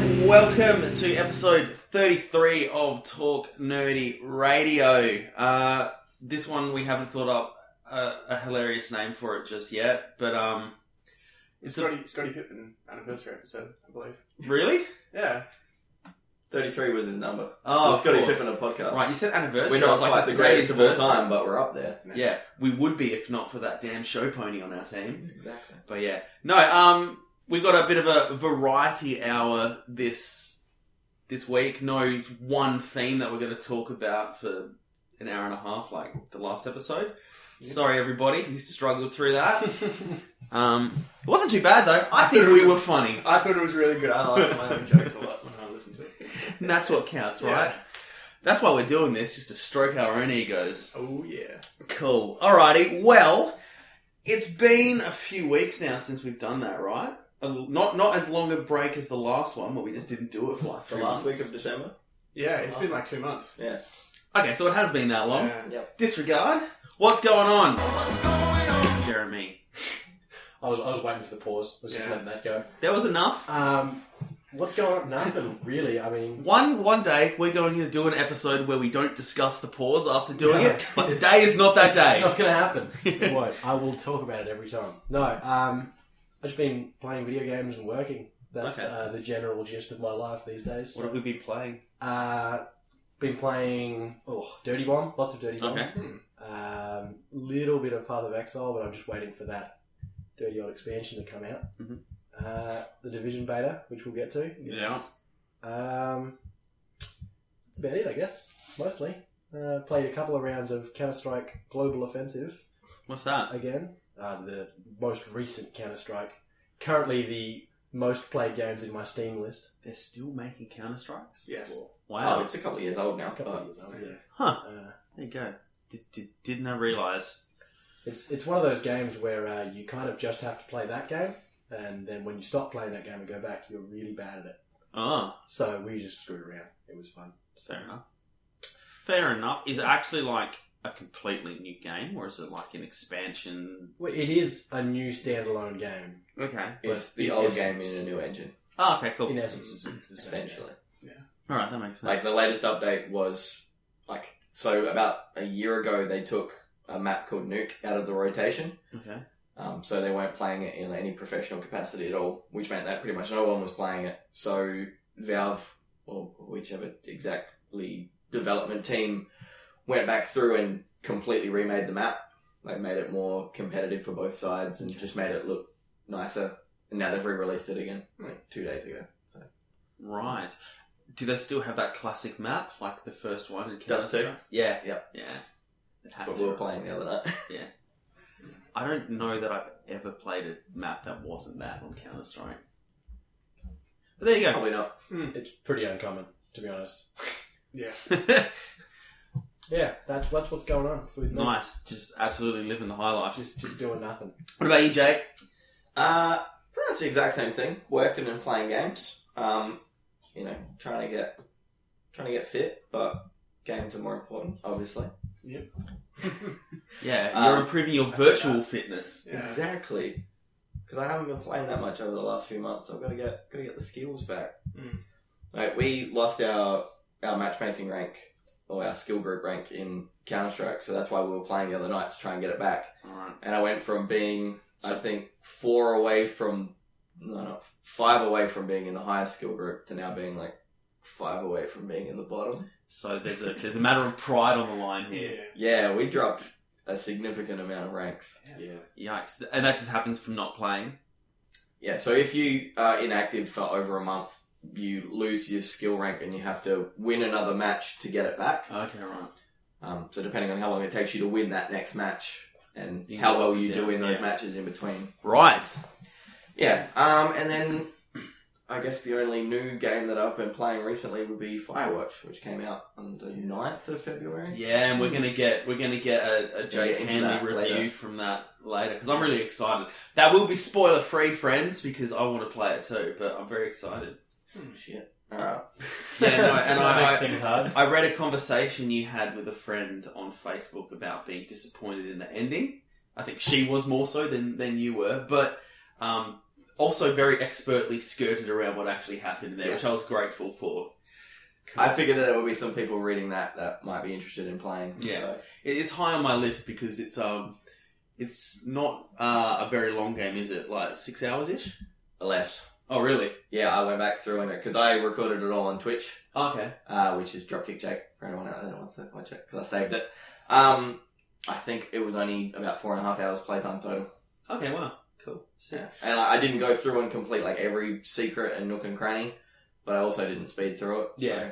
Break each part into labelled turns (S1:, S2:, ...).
S1: Welcome to episode 33 of Talk Nerdy Radio. Uh, this one we haven't thought up a, a hilarious name for it just yet, but um,
S2: It's Scotty, Scotty Pippen anniversary episode, I believe.
S1: really?
S2: Yeah.
S3: 33 was his number.
S1: Oh,
S3: It's
S1: of
S3: Scotty
S1: course.
S3: Pippen a podcast.
S1: Right, you said anniversary.
S3: We're not
S1: I was like,
S3: quite
S1: that's
S3: the greatest of all
S1: birthday.
S3: time, but we're up there.
S1: Yeah, we would be if not for that damn show pony on our team.
S3: Exactly.
S1: But yeah, no, um, we got a bit of a variety hour this this week. No one theme that we're going to talk about for an hour and a half, like the last episode.
S2: Yep.
S1: Sorry, everybody who struggled through that. Um, it wasn't too bad though. I think
S2: It was-
S1: we were funny.
S3: I thought it was really good. I liked my own jokes a lot.
S2: when I listened to it.
S1: And that's what counts,
S2: Yeah.
S1: right? That's why we're doing this, just to stroke our own egos.
S2: Oh, yeah.
S1: Cool. Alrighty. Well, it's been a few weeks now since we've done that, right? A l- Not not as long a break as the last one, but we just didn't do it for like
S3: The
S1: three
S3: last week
S1: months.
S3: of December?
S2: Yeah, it's been like two months.
S3: Yeah.
S1: Okay, so it has been that long.
S2: Yeah.
S1: Disregard. What's going on? Jeremy,
S4: I was, I was waiting for the pause. Let's just
S2: Yeah.
S4: let that go.
S1: that was enough.
S4: Um, what's going on? Nothing really. I mean,
S1: One one day we're going to do an episode where we don't discuss the pause after doing
S4: No,
S1: it, but
S4: it's-
S1: today is not that
S4: it's
S1: day.
S4: not going to happen. it won't. I will talk about it every time. No. Um, I've just been playing video games and working. That's
S1: Okay.
S4: uh, the general gist of my life these days.
S1: What have we been playing?
S4: Uh, been playing oh, Dirty Bomb, lots of Dirty Bomb.
S1: Okay.
S2: Hmm.
S4: Um, little bit of Path of Exile, but I'm just waiting for that Dirty Old expansion to come out.
S1: Mhm.
S4: Uh, the Division beta, which we'll get to.
S1: Yeah.
S4: Um, that's about it, I guess. Mostly. Uh, played a couple of rounds of Counter Strike Global Offensive
S1: What's that?
S4: again. Uh, the most recent Counter Strike. Currently the most played games in my Steam list.
S1: They're still making Counter Strikes.
S2: Yes.
S3: Oh,
S1: Wow.
S3: it's a couple of years old
S4: It's
S3: now.
S4: a couple of
S3: Oh,
S4: years old, yeah.
S1: uh, Huh.
S4: Uh,
S1: There you go. Did, did, didn't I realize?
S4: it's, it's one of those games where uh, you kind of just have to play that game, and then when you stop playing that game and go back, you're really bad at it.
S1: Oh,
S4: So we just screwed around. It was fun.
S1: fair enough. Fair enough. Is it actually like a completely new game, or is it like an expansion?
S4: Well, it is a new standalone game.
S1: Okay.
S3: It's
S4: But
S3: the
S4: in
S3: old game
S4: essence-
S3: in a new engine,
S1: Oh, okay, cool.
S4: In essence, it's, it's the same. game.
S3: essentially.
S1: All right, that makes sense.
S3: Like, the latest update was, like, so about a year ago, they took a map called Nuke out of the rotation.
S1: okay.
S3: Um, so they weren't playing it in any professional capacity at all, which meant that pretty much no one was playing it. So Valve, or whichever exactly development team, went back through and completely remade the map. They made it more competitive for both sides and just made it look nicer. And now they've re-released it again, like two days ago.
S1: Right. Do they still have that classic map, like the first one? In
S3: Does
S1: Counter-Strike? Yeah.
S3: Yep.
S1: Yeah. They'd have
S3: That's what
S1: to,
S3: we were
S1: right?
S3: playing the other night.
S1: I don't know that I've ever played a map that wasn't that on Counter Strike. But there you go.
S3: Probably not.
S4: It's pretty uncommon, to be honest.
S2: Yeah.
S4: Yeah, that's that's what's going on with me.
S1: nice. Just absolutely living the high life.
S4: Just just doing nothing.
S1: What about you, Jake?
S3: Uh, pretty much the exact same thing. Working and playing games. Um, you know, trying to get trying to get fit, but games are more important, obviously.
S1: Yeah, you're
S3: Um,
S1: improving your virtual fitness.
S2: Yeah.
S3: Exactly. Because I haven't been playing that much over the last few months, so I've got to get got to get the skills back.
S2: Mm.
S3: Like we lost our our matchmaking rank or our skill group rank in Counter Strike, so that's why we were playing the other night to try and get it back.
S1: All right.
S3: And I went from being I think four away from no no five away from being in the highest skill group to now being like five away from being in the bottom.
S1: So there's a there's a matter of pride on the line
S2: Yeah.
S1: here.
S3: Yeah, we dropped a significant amount of ranks.
S4: Yeah.
S1: Yikes! And that just happens from not playing.
S3: Yeah, so if you are inactive for over a month, you lose your skill rank and you have to win another match to get it back.
S1: Okay, right.
S3: Um, so depending on how long it takes you to win that next match and
S1: You can
S3: how
S1: go
S3: well
S1: up and
S3: you do
S1: down,
S3: in those
S1: yeah.
S3: matches in between.
S1: Right.
S3: Yeah, um, and then I guess the only new game that I've been playing recently would be Firewatch, which came out on the 9th of February.
S1: Yeah, and we're gonna get we're gonna get a, a Jake
S3: get into
S1: Hanley
S3: that
S1: review
S3: later.
S1: from that later because I'm really excited. That will be spoiler free, friends, because I want to play it too. But I'm very excited.
S3: Shit. Uh,
S1: Yeah, no, and
S4: that
S1: I,
S4: makes things hard.
S1: I read a conversation you had with a friend on Facebook about being disappointed in the ending. I think she was more so than than you were, but um, also very expertly skirted around what actually happened there, which I was grateful for.
S3: I figured that there would be some people reading that that might be interested in playing.
S1: Yeah.
S3: so-
S1: It- It's high on my list because it's um, it's not uh, a very long game, is it? Like six hours ish.
S3: Alas.
S1: Oh, really?
S3: Yeah, I went back through and it because I recorded it all on Twitch,
S1: Okay.
S3: uh, which is Dropkick Jake for anyone out there that wants to watch it because I saved it. Um, I think it was only about four and a half hours playtime total.
S1: Okay. Wow. Cool. Sick.
S3: Yeah. And I, I didn't go through and complete like every secret and nook and cranny, but I also didn't speed through it. so-
S1: Yeah.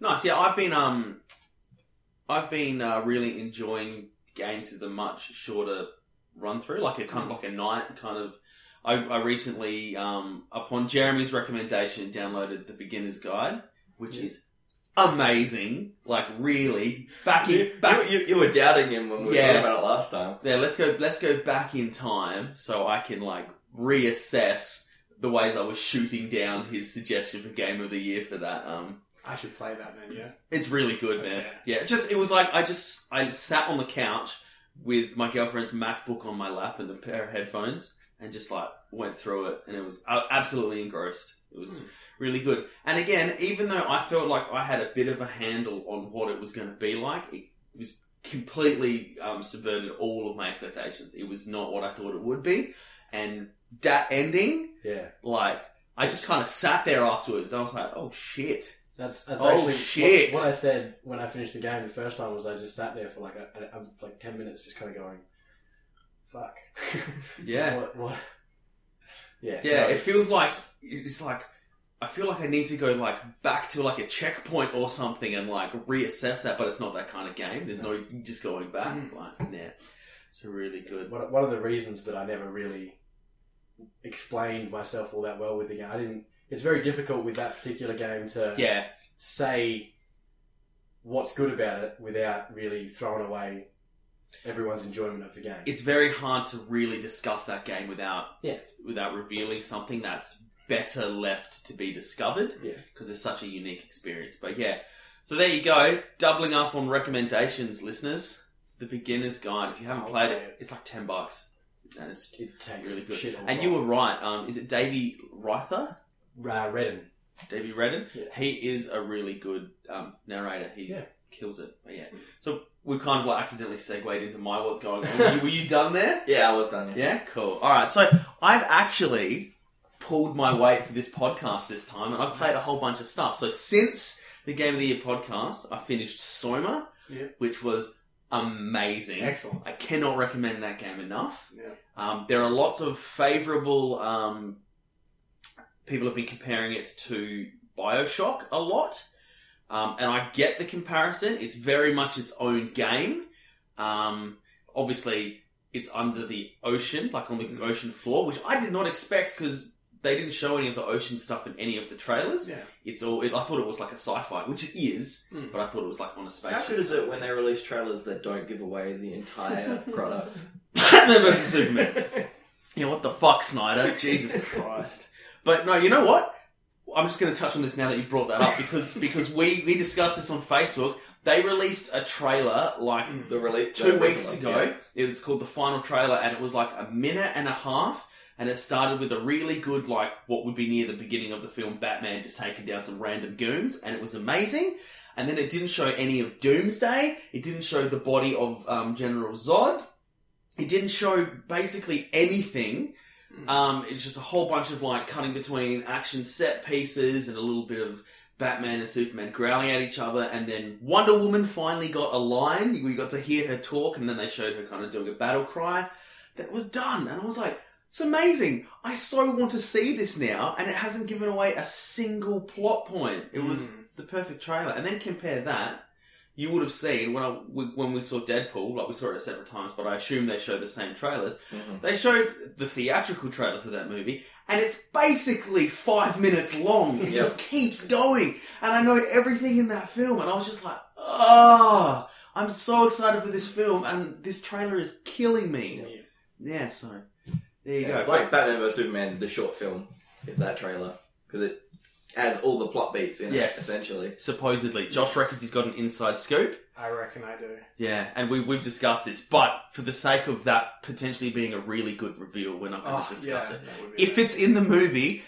S1: Nice. Yeah, I've been um, I've been uh, really enjoying games with a much shorter run through, like a kind of like a night kind of. I, I recently, um, upon Jeremy's recommendation, downloaded the Beginner's Guide, which
S5: Yeah.
S1: is amazing. Like really, back in
S3: You-
S1: back
S3: You, you were doubting him when we were
S1: Yeah.
S3: talking about it last time.
S1: Yeah, let's go. Let's go back in time so I can like reassess the ways I was shooting down his suggestion for game of the year for that. Um,
S4: I should play that then. Yeah.
S1: it's really good, man.
S4: Okay.
S1: Yeah, it just it was like I just I sat on the couch with my girlfriend's MacBook on my lap and a pair of headphones and just like went through it and it was uh, absolutely engrossed. It was
S4: Hmm.
S1: really good. And again, even though I felt like I had a bit of a handle on what it was going to be like, it was completely um, subverted all of my expectations. It was not what I thought it would be, and that ending,
S5: Yeah,
S1: like. I just kind of sat there afterwards. I was like, "Oh shit!"
S5: that's that's
S1: Oh,
S5: actually what-
S1: shit.
S5: What, I said when I finished the game the first time was I just sat there for like a, a, a- like ten minutes, just kind of going, "Fuck."
S1: Yeah,
S5: What, what? Yeah.
S1: yeah.
S5: no,
S1: It
S5: it's-
S1: feels like it's like I feel like I need to go like back to like a checkpoint or something and like reassess that. But it's not that kind of game. There's no just going back.
S5: Mm.
S1: Like, nah, it's a really good.
S5: one, one of the reasons that I never really explained myself all that well with the game. I didn't. It's very difficult with that particular game to
S1: Yeah,
S5: say what's good about it without really throwing away everyone's enjoyment of the game.
S1: it's very hard to really discuss that game without
S5: Yeah.
S1: without revealing something that's better left to be discovered
S5: Yeah.
S1: because it's such a unique experience. But yeah, so there you go, doubling up on recommendations, listeners. The Beginner's Guide. If you
S5: Oh,
S1: haven't
S4: I'll
S1: played
S4: play
S1: it,
S4: it.
S1: it's like ten bucks, and it's
S5: it takes
S1: really good.
S5: shit all
S1: and
S5: the
S1: you were
S5: time.
S1: right. Um, is it Davey Reither?
S5: uh, Redden.
S1: Davey Redden.
S5: Yeah.
S1: He is a really good um, narrator. He
S5: Yeah.
S1: kills it. But yeah. So we kind of like accidentally segued into my what's going on. Were you- were you done there?
S3: Yeah, I was done. Yeah.
S1: Yeah, cool. All right, so I've actually pulled my weight for this podcast this time, and I've played a
S4: Nice.
S1: whole bunch of stuff. So since the Game of the Year podcast, I finished Soma,
S4: Yeah.
S1: which was amazing.
S4: Excellent.
S1: I cannot recommend that game enough.
S4: Yeah.
S1: Um, there are lots of favourable um, people have been comparing it to Bioshock a lot, um, and I get the comparison. It's very much its own game. Um, obviously, it's under the ocean, like on the
S3: Mm.
S4: Mhm.
S1: ocean floor, which I did not expect because they didn't show any of the ocean stuff in any of the trailers.
S4: Yeah.
S1: It's all. It, I thought it was like a sci-fi, which it is,
S4: Mm.
S1: but I thought it was like on a spaceship.
S3: How good is it when they release trailers that don't give away the entire product?
S1: Batman versus Superman. You know what the fuck, Snyder? Jesus Christ! But no, you know what? I'm just going to touch on this now that you brought that up because because we we discussed this on Facebook. They released a trailer like
S4: Mm.
S3: The release
S1: two
S3: the
S1: weeks
S3: recent
S1: ago.
S3: one, yeah.
S1: It was called the final trailer, and it was like a minute and a half. And it started with a really good, like what would be near the beginning of the film, Batman just taking down some random goons, and it was amazing. And then it didn't show any of Doomsday. It didn't show the body of um, General Zod. It didn't show basically anything.
S4: Mm.
S1: Um, it's just a whole bunch of like cutting between action set pieces and a little bit of Batman and Superman growling at each other, and then Wonder Woman finally got a line. We got to hear her talk, and then they showed her kind of doing a battle cry. That was done, and I was like, "It's amazing! I so want to see this now." And it hasn't given away a single plot point. It was
S4: Mm.
S1: the perfect trailer. And then compare that. You would have seen when I we, when we saw Deadpool, like we saw it several times, but I assume they showed the same trailers.
S3: Mhm.
S1: They showed the theatrical trailer for that movie, and it's basically five minutes long. It
S3: Yeah.
S1: just keeps going, and I know everything in that film, and I was just like, ah, I'm so excited for this film, and this trailer is killing me.
S4: Yeah.
S1: Yeah, so there you
S3: Yeah,
S1: go.
S3: it's like Batman vs Superman, the short film, is that trailer because it has all the plot beats in
S1: Yes.
S3: it, essentially.
S1: Supposedly, Josh
S3: Yes.
S1: reckons he's got an inside scoop.
S4: I reckon I do.
S1: Yeah, and we we've discussed this, but for the sake of that potentially being a really good reveal, we're not going
S4: Oh,
S1: to discuss it.
S4: that would be
S1: If
S4: nice.
S1: it's in the movie,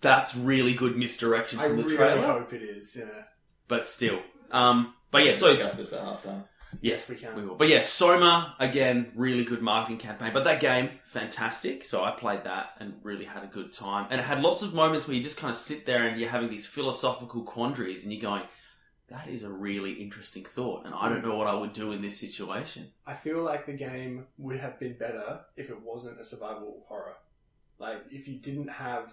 S1: that's really good misdirection
S4: I
S1: from the
S4: really
S1: trailer.
S4: hope it is. Yeah.
S1: But still, um, but yeah, so
S3: discuss this at halftime.
S1: yes,
S4: we can.
S1: We will. But yeah, Soma, again, really good marketing campaign. But that game, fantastic. So I played that and really had a good time. And it had lots of moments where you just kind of sit there and you're having these philosophical quandaries and you're going, that is a really interesting thought. And I don't know what I would do in this situation.
S4: I feel like the game would have been better if it wasn't a survival horror. Like if you didn't have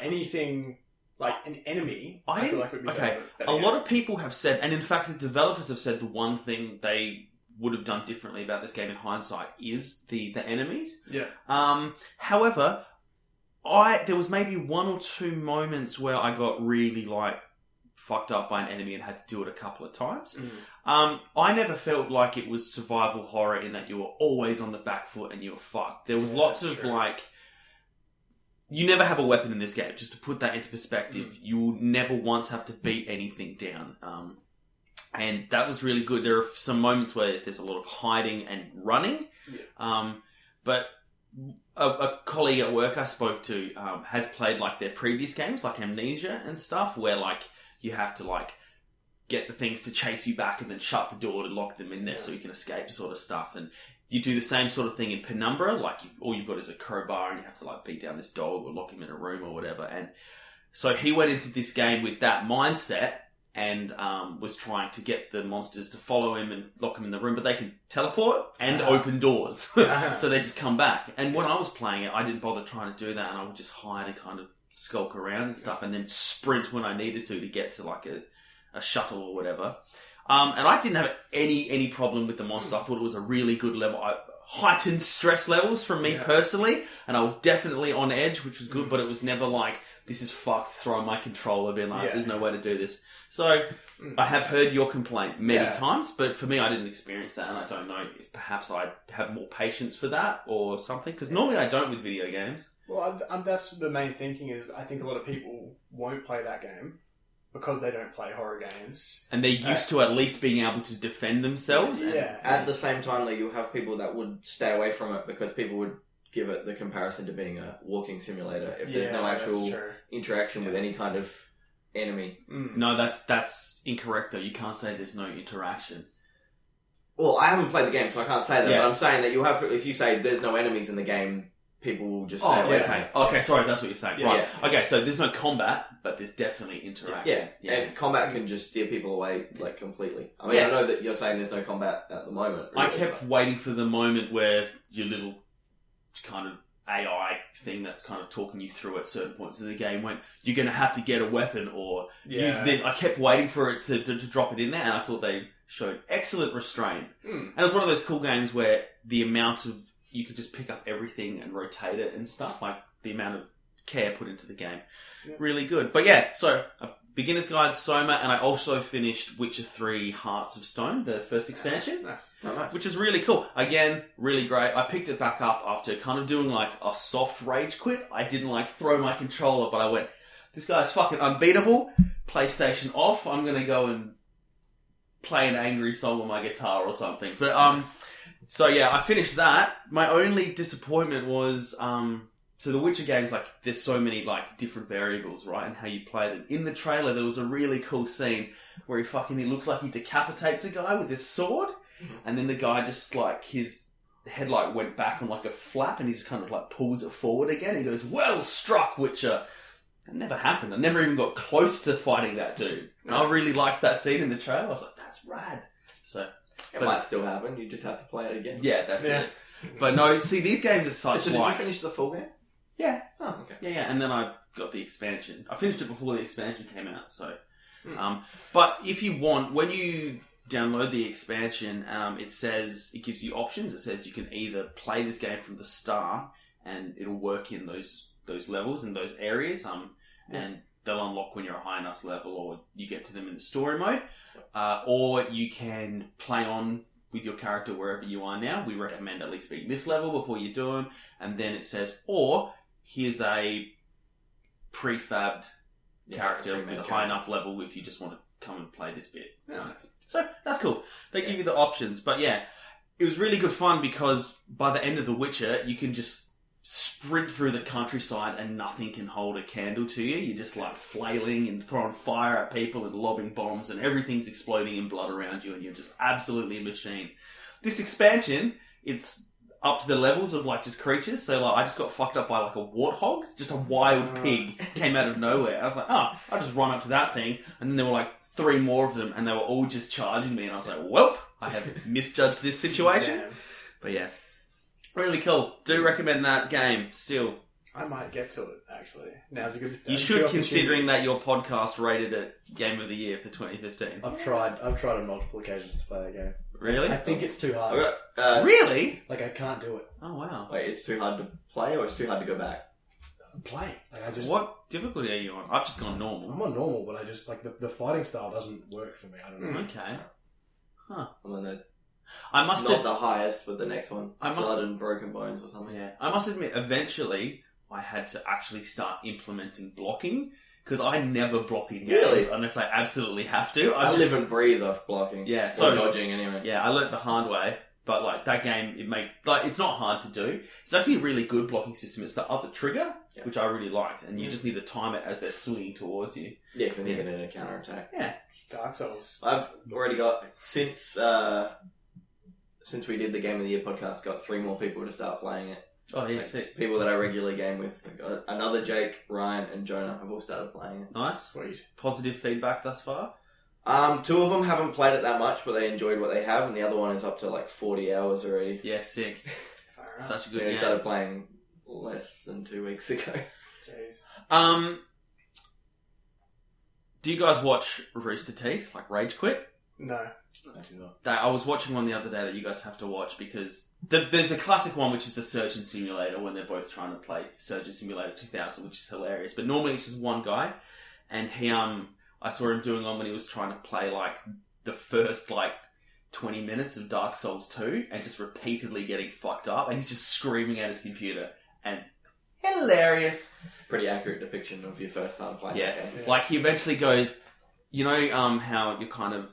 S4: anything like an enemy.
S1: I
S4: feel
S1: didn't-
S4: like it would be
S1: okay,
S4: better, better
S1: A
S4: game.
S1: lot of people have said, and in fact, the developers have said the one thing they would have done differently about this game in hindsight is the, the enemies.
S4: yeah.
S1: Um, however, I there was maybe one or two moments where I got really like fucked up by an enemy and had to do it a couple of times.
S4: Mm.
S1: Um, I never felt like it was survival horror in that you were always on the back foot and you were fucked. There was
S4: Yeah,
S1: lots
S4: that's
S1: of
S4: true.
S1: like. You never have a weapon in this game. Just to put that into perspective,
S4: Mm.
S1: you will never once have to beat anything down. Um, and that was really good. There are some moments where there's a lot of hiding and running.
S4: Yeah.
S1: Um, but a, a colleague at work I spoke to um, has played like their previous games, like Amnesia and stuff, where like you have to like get the things to chase you back and then shut the door to lock them in there so you can escape, sort of stuff. And you do the same sort of thing in Penumbra, like you, all you've got is a crowbar and you have to like beat down this dog or lock him in a room or whatever. And so he went into this game with that mindset and um, was trying to get the monsters to follow him and lock him in the room, but they can teleport and
S4: Ah.
S1: open doors.
S4: Ah.
S1: so they just come back. And when I was playing it, I didn't bother trying to do that, and I would just hide and kind of skulk around and stuff, and then sprint when I needed to to get to like a, a shuttle or whatever. Um, and I didn't have any any problem with the monster. I thought it was a really good level. I, heightened stress levels from me
S4: Yeah.
S1: personally, and I was definitely on edge, which was good.
S4: Mm.
S1: But it was never like this is fucked. Throwing my controller, being like,
S4: Yeah.
S1: "There's no way to do this." So
S4: Mm.
S1: I have heard your complaint many
S4: Yeah.
S1: times, but for me, I didn't experience that, and I don't know if perhaps I have more patience for that or something. Because normally I don't with video games.
S4: Well, I, I'm, that's the main thinking is I think a lot of people won't play that game because they don't play horror games.
S1: and they're used to at least being able to defend themselves. And,
S4: Yeah.
S3: At the same time, though, you'll have people that would stay away from it because people would give it the comparison to being a walking simulator if there's no
S4: Yeah, that's
S3: actual
S4: true.
S3: interaction with any kind of enemy.
S4: Mm.
S1: No, that's that's incorrect though. You can't say there's no interaction.
S3: Well, I haven't played the game, so I can't say that.
S1: Yeah.
S3: But I'm saying that you have. If you say there's no enemies in the game, people will just stay
S1: Oh,
S3: away.
S1: okay, okay. Sorry, that's what you're saying.
S4: Yeah.
S1: right? Okay, so there's no combat, but there's definitely interaction.
S3: Yeah, and combat can just steer people away like completely. I mean,
S1: Yeah.
S3: I know that you're saying there's no combat at the moment.
S1: I
S3: really,
S1: kept waiting for the moment where your little kind of AI thing that's kind of talking you through at certain points in the game went, "You're going to have to get a weapon or
S4: Yeah.
S1: use this." I kept waiting for it to, to, to drop it in there, and I thought they showed excellent restraint.
S4: Mm.
S1: And it was one of those cool games where the amount of you could just pick up everything and rotate it and stuff, like the amount of care put into the game.
S4: Yeah.
S1: Really good. But yeah, so uh, Beginner's Guide, Soma, and I also finished Witcher 3 Hearts of Stone, the first expansion.
S4: Nice.
S3: but- Oh, nice.
S1: Which is really cool. Again, really great. I picked it back up after kind of doing like a soft rage quit. I didn't like throw my controller, but I went, this guy's fucking unbeatable. PlayStation off. I'm gonna go and play an angry song on my guitar or something. But um, so yeah, I finished that. My only disappointment was um, so the Witcher games like there's so many like different variables, right, and how you play them. In the trailer, there was a really cool scene where he fucking he looks like he decapitates a guy with his sword, and then the guy just like his headlight went back on like a flap, and he just kind of like pulls it forward again. He goes, "Well struck, Witcher." That never happened. I never even got close to fighting that dude. And I really liked that scene in the trailer. I was like, "That's rad." So
S3: it
S1: but-
S3: might still happen. You just have to play it again.
S1: yeah, that's
S4: Yeah.
S1: it. But no, see, these games are
S3: So
S1: such
S3: did you
S1: like
S3: finish the full game?
S1: Yeah.
S3: Oh, okay.
S1: yeah, yeah. And then I got the expansion. I finished it before the expansion came out. So,
S4: Hmm.
S1: um, but if you want, when you download the expansion, um, it says it gives you options. It says you can either play this game from the start, and it'll work in those those levels and those areas. Um, and they'll unlock when you're a high enough level, or you get to them in the story mode, uh, or you can play on with your character wherever you are now. We recommend at least being this level before you do them, and then it says, or here's a prefabbed
S3: Yeah,
S1: character
S3: pretty
S1: with a
S3: much,
S1: high
S3: yeah.
S1: enough level if you just want to come and play this bit.
S4: Yeah.
S1: So that's cool. They
S3: Yeah.
S1: give you the options, but yeah, it was really good fun because by the end of The Witcher, you can just sprint through the countryside and nothing can hold a candle to you. You're just like flailing and throwing fire at people and lobbing bombs, and everything's exploding in blood around you, and you're just absolutely a machine. This expansion, it's up to the levels of like just creatures. So like, I just got fucked up by like a warthog, just a wild
S4: Mm.
S1: pig came out of nowhere. I was like, oh, I'll just run up to that thing, and then there were like three more of them, and they were all just charging me, and I was like, welp, I have misjudged this situation.
S4: Damn.
S1: But yeah, really cool. Do recommend that game still.
S4: I might get to it actually. Now's a good.
S1: You should, considering that your podcast rated it Game of the Year for
S3: Uh,
S1: 2015.
S5: I've tried. I've tried on multiple occasions to play that game. I
S1: Really?
S5: think it's too
S3: I
S5: hard.
S3: got, uh,
S1: Really?
S5: Like I can't do it.
S1: Oh wow.
S3: wait, it's too hard to play or it's too hard to go back?
S5: Play. Like I just.
S1: What difficulty are you on? I've just gone normal.
S5: I'm on normal, but I just like the, the fighting style doesn't work for me. I don't
S3: Hmm.
S5: know.
S1: Okay.
S3: I'm on the,
S1: I must
S3: not
S1: have.
S3: the highest for the next one.
S1: I must.
S3: Blood and Broken Bones or something.
S1: Yeah, I must admit, eventually I had to actually start implementing blocking because I never block in games
S3: Really?
S1: unless I absolutely have to.
S3: I
S1: just-
S3: live and breathe off blocking.
S1: Yeah,
S3: or
S1: so-
S3: dodging anyway.
S1: Yeah, I learnt the hard way, but like that game, it makes like it's not hard to do. It's actually a really good blocking system. It's the other trigger,
S3: Yeah.
S1: which I really liked, and you just need to time it as they're swinging towards you.
S3: Yeah, then you get in a counter attack.
S4: Dark Souls.
S3: I've already got since uh, since we did the Game of the Year podcast, got three more people to start playing it.
S1: Oh yeah,
S3: Like,
S1: sick,
S3: people that I regularly game with. I've got Another Jake, Ryan, and Jonah have all started playing it.
S1: nice,
S4: Sweet.
S1: positive feedback thus far.
S3: Um, two of them haven't played it that much, but they enjoyed what they have, and the other one is up to like forty hours already.
S1: Yeah, sick,
S4: Far out.
S1: such a
S3: We
S1: good
S3: only
S1: game.
S3: started playing less than two weeks ago.
S4: Jeez.
S1: Um, do you guys watch Rooster Teeth like Rage Quit?
S4: No.
S5: I do not.
S1: that I was watching one the other day that you guys have to watch because the, there's the classic one which is the Surgeon Simulator when they're both trying to play Surgeon Simulator 2000, which is hilarious. But normally it's just one guy, and he um I saw him doing one when he was trying to play like the first like 20 minutes of Dark Souls 2 and just repeatedly getting fucked up, and he's just screaming at his computer and hilarious.
S3: Pretty accurate depiction of your first time playing.
S1: Yeah.
S3: that game.
S1: Like he eventually goes, you know, um, how you're kind of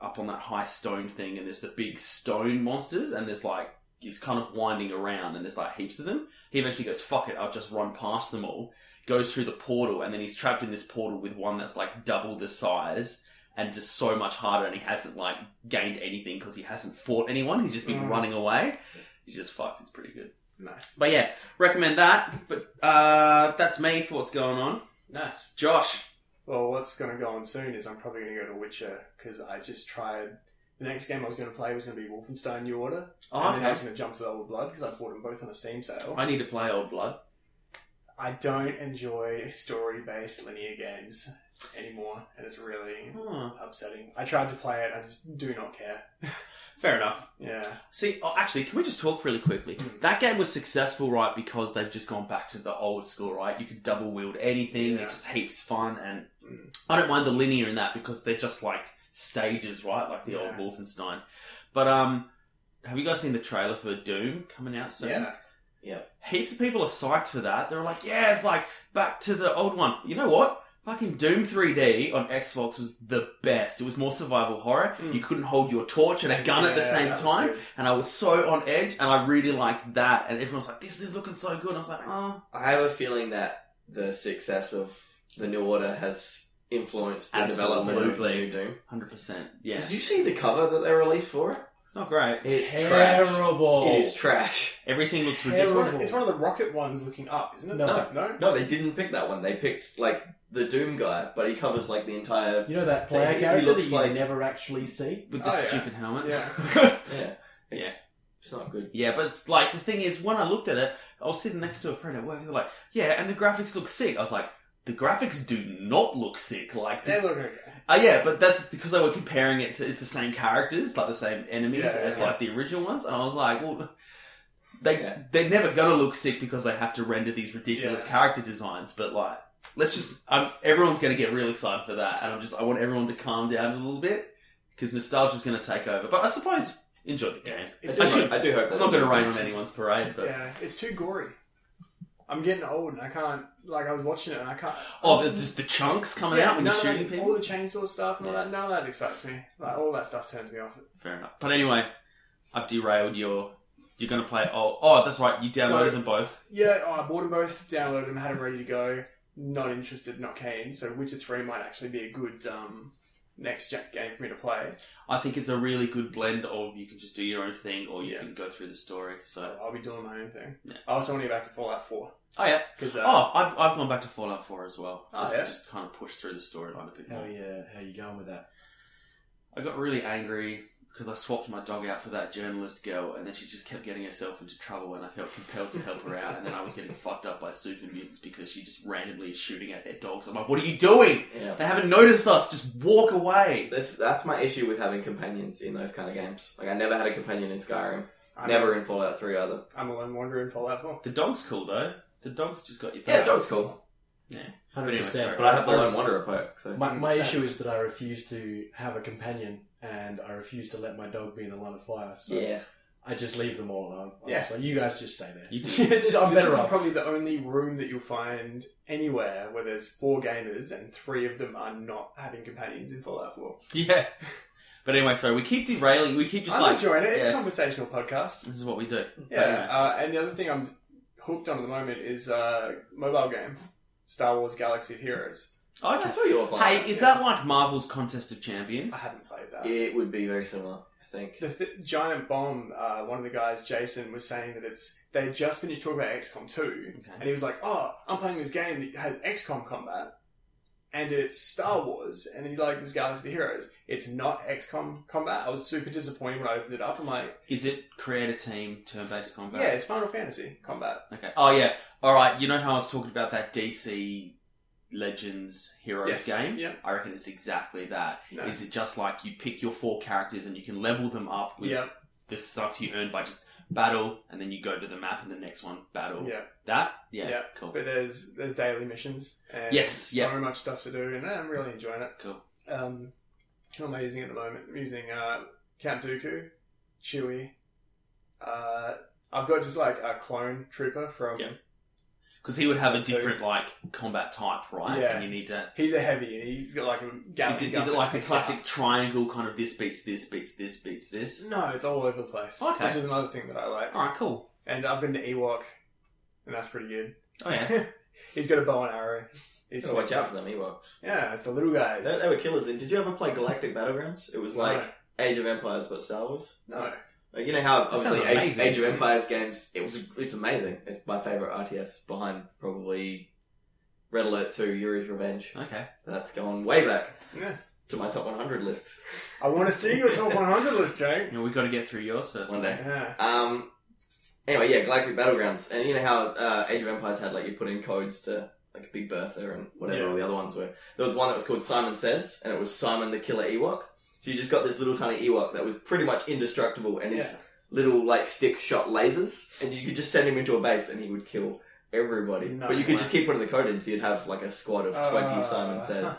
S1: up on that high stone thing, and there's the big stone monsters, and there's like it's kind of winding around, and there's like heaps of them. He eventually goes, "Fuck it, I'll just run past them all." Goes through the portal, and then he's trapped in this portal with one that's like double the size and just so much harder, and he hasn't like gained anything because he hasn't fought anyone. He's just been
S4: Mm.
S1: running away. He's just fucked. It's pretty good.
S4: Nice.
S1: But yeah, recommend that. But uh, that's me for what's going on.
S4: Nice.
S1: Josh,
S4: Well, what's going to go on soon is I'm probably going to go to Witcher because I just tried. The next game I was going to play was going to be Wolfenstein New Order.
S1: Oh,
S4: and then I was going to jump to the Old Blood because I bought them both on a Steam sale.
S1: I need to play Old Blood.
S4: I don't enjoy story based linear games anymore, and it's really upsetting. I tried to play it, I just do not care.
S1: Fair enough.
S4: Yeah.
S1: See, oh, actually, can we just talk really quickly?
S4: Mm.
S1: That game was successful, right? Because they've just gone back to the old school, right? You can double wield anything.
S4: Yeah.
S1: It's just heaps fun, and
S4: Mm.
S1: I don't mind the linear in that because they're just like stages, right? Like the
S4: Yeah.
S1: old Wolfenstein. But um, have you guys seen the trailer for Doom coming out soon?
S4: yeah.
S1: Heaps of people are psyched for that. They're like, yeah, it's like back to the old one. You know what? Fucking Doom 3D on Xbox was the best. It was more survival horror.
S4: Mm.
S1: You couldn't hold your torch and a gun at the
S4: Yeah,
S1: same
S4: that was
S1: time.
S4: good.
S1: And I was so on edge and I really liked that. And everyone was like, this is looking so good. And I was like, oh.
S3: I have a feeling that the success of the New Order has influenced the development of the
S1: Absolutely.
S3: new Doom.
S1: 100%. Yeah.
S3: Did you see the cover that they released for it?
S1: It's not great.
S3: It's trash.
S5: Terrible.
S3: It is trash.
S1: Everything looks
S4: It's
S1: ridiculous.
S4: one, of, it's one of the rocket ones looking up, isn't it?
S5: No.
S4: No?
S3: No, they didn't pick that one. They picked like the Doom guy, but he covers like the entire.
S5: You know
S3: He-
S5: that player
S3: he
S5: character that
S3: looks
S5: you
S3: like-
S5: never actually see.
S1: With the
S4: Oh, yeah.
S1: stupid helmet.
S4: Yeah.
S3: Yeah, it's,
S1: Yeah.
S3: it's not good.
S1: Yeah, but it's like the thing is, when I looked at it, I was sitting next to a friend at work. They're like, "Yeah," and the graphics look sick. I was like, "The graphics do not look sick like
S4: they
S1: this."
S4: look okay.
S1: Uh, yeah, but that's because they were comparing it to it's the same characters, like the same enemies
S4: Yeah, yeah,
S1: as
S4: yeah.
S1: like the original ones, and I was like, "Well, they
S3: Yeah.
S1: they're never gonna look sick because they have to render these ridiculous
S4: Yeah.
S1: character designs." But like, let's just I'm, everyone's gonna get real excited for that, and I'm just I want everyone to calm down a little bit because nostalgia's gonna take over. But I suppose enjoy the game.
S3: I
S4: It's
S3: do,
S1: Actually,
S3: hope, I do hope.
S1: I'm
S3: that
S1: not
S3: it'll
S1: going to
S3: be
S1: rain
S3: good.
S1: on anyone's parade, but
S4: yeah, it's too gory. I'm getting old and I can't. Like I was watching it and I can't.
S1: Oh, the, just the chunks coming out when you're
S4: none of that-
S1: shooting people.
S4: All the chainsaw stuff and all that. None of that excites me. Like all that stuff turns me off.
S1: Fair enough. But anyway, I've derailed your. You're going to play. Oh, oh, that's right. You downloaded
S4: So-
S1: them both.
S4: Yeah, I bought them both, downloaded them, had them ready to go. Not interested, not keen. So Witcher Three might actually be a good um, next gen game for me to play.
S1: I think it's a really good blend of you can just do your own thing or you
S4: Yeah.
S1: can go through the story. So,
S4: I'll be doing my own thing.
S1: Yeah.
S4: I also want to get back to Fallout Four
S1: oh yeah.
S4: because uh,
S1: Oh, I've, I've gone back to Fallout Four as well.
S4: Oh,
S1: just,
S4: yeah?
S1: just kind of push through the storyline a bit more.
S5: Hell yeah, how you going with that?
S1: I got really angry because I swapped my dog out for that journalist girl, and then she just kept getting herself into trouble, and I felt compelled to help her out. And then I was getting fucked up by super mutants because she just randomly is shooting at their dogs. I'm like, what are you doing?
S3: Yeah.
S1: They haven't noticed us. Just walk away.
S3: This, that's my issue with having companions in those kind of games. Like, I never had a companion in Skyrim.
S4: I'm,
S3: never in Fallout 3 either.
S4: I'm a lone wanderer in Fallout Four.
S1: The dog's cool though. The dog's just got your
S3: Yeah,
S1: back.
S3: dog's cool.
S1: anyway,
S5: Hundred
S1: sorry.
S5: percent.
S3: But I have the Lone Wanderer perk, so.
S5: My, my
S4: 100%.
S5: issue is that I refuse to have a companion, and I refuse to let my dog be in the line of fire. So
S3: Yeah.
S5: I just leave them all alone. I'm
S4: Yeah.
S5: just like, you guys just stay there.
S1: You do.
S5: I'm
S4: this
S5: better
S4: is
S5: off.
S4: probably the only room that you'll find anywhere where there's four gamers and three of them are not having companions in Fallout 4.
S1: yeah. But anyway, sorry. We keep derailing. We keep just
S4: I'm
S1: like
S4: enjoying it. It's
S1: yeah.
S4: a conversational podcast.
S1: this is what we do.
S4: Yeah.
S1: Anyway.
S4: Uh, and the other thing I'm hooked on at the moment is uh, mobile game, Star Wars Galaxy of Heroes.
S1: Oh, okay.
S3: That's what you're playing.
S1: Hey, is that like Marvel's Contest of Champions?
S4: I haven't played that.
S3: It would be very similar, I think.
S4: The th- giant bomb. Uh, one of the guys, Jason, was saying that it's they had just finished talking about XCOM two,
S1: Okay.
S4: and he was like, "Oh, I'm playing this game that has XCOM combat, and it's Star Wars." And he's like, "This Galaxy of Heroes. It's not XCOM combat." I was super disappointed when I opened it up. I'm like,
S1: Is it create a team turn-based combat?
S4: "Yeah, it's Final Fantasy combat."
S1: Okay. Oh yeah. All right. You know how I was talking about that DC Legends Heroes game?
S4: Yeah.
S1: I reckon it's exactly that. Is
S4: No.
S1: it just like you pick your four characters and you can level them up with
S4: Yeah.
S1: the stuff you earn by just battle, and then you go to the map and the next one battle.
S4: Yeah.
S1: That. Yeah.
S4: Yeah.
S1: Cool.
S4: But there's there's daily missions and
S1: Yes,
S4: so
S1: yeah.
S4: much stuff to do, and uh, I'm really enjoying it.
S1: Cool.
S4: Um, who am I using at the moment? I'm using uh, Count Dooku, Chewie. Uh, I've got just like a clone trooper from.
S1: Yeah. Because he would have a
S4: So-
S1: different like combat type, right?
S4: Yeah.
S1: And you need to.
S4: He's a heavy, and he's got like a
S1: Is
S4: galaxy
S1: it,
S4: gun
S1: is it
S4: that
S1: like the
S4: takes
S1: classic
S4: out-
S1: triangle kind of this beats this beats this beats this?
S4: No, it's all over the place.
S1: Okay.
S4: Which is another thing that I like.
S1: All right. Cool.
S4: And I've got an Ewok, and that's pretty good.
S1: Oh yeah.
S4: he's got a bow and arrow. He's
S3: Gotta watch out for them, Ewoks.
S4: Yeah, it's the little guys.
S3: They, they were killers. And did you ever play Galactic Battlegrounds? It was like Age of Empires but Star Wars.
S4: no,
S3: Like, you know how
S1: sounds
S3: obviously Age,
S1: amazing.
S3: Age of Empires games. It was it's amazing. It's my favorite RTS behind probably Red Alert Two, Yuri's Revenge.
S1: Okay.
S3: That's gone way back
S4: no. Yeah.
S3: to my top 100 list
S4: I want to see your top 100 list, Jake.
S1: You know, we've got to get through yours first.
S3: one day.
S4: Yeah.
S3: Um. Anyway, yeah, Galactic Battlegrounds, and you know how uh, Age of Empires had like you put in codes to like Big Bertha and whatever
S4: Yeah.
S3: all the other ones were. There was one that was called Simon Says, and it was Simon the Killer Ewok. So you just got this little tiny Ewok that was pretty much indestructible, and his little like stick shot lasers, and you could just send him into a base, and he would kill everybody. But you could
S4: Nice.
S3: just keep putting the code in, so you'd have like a squad of
S4: Uh,
S3: twenty Simon Says.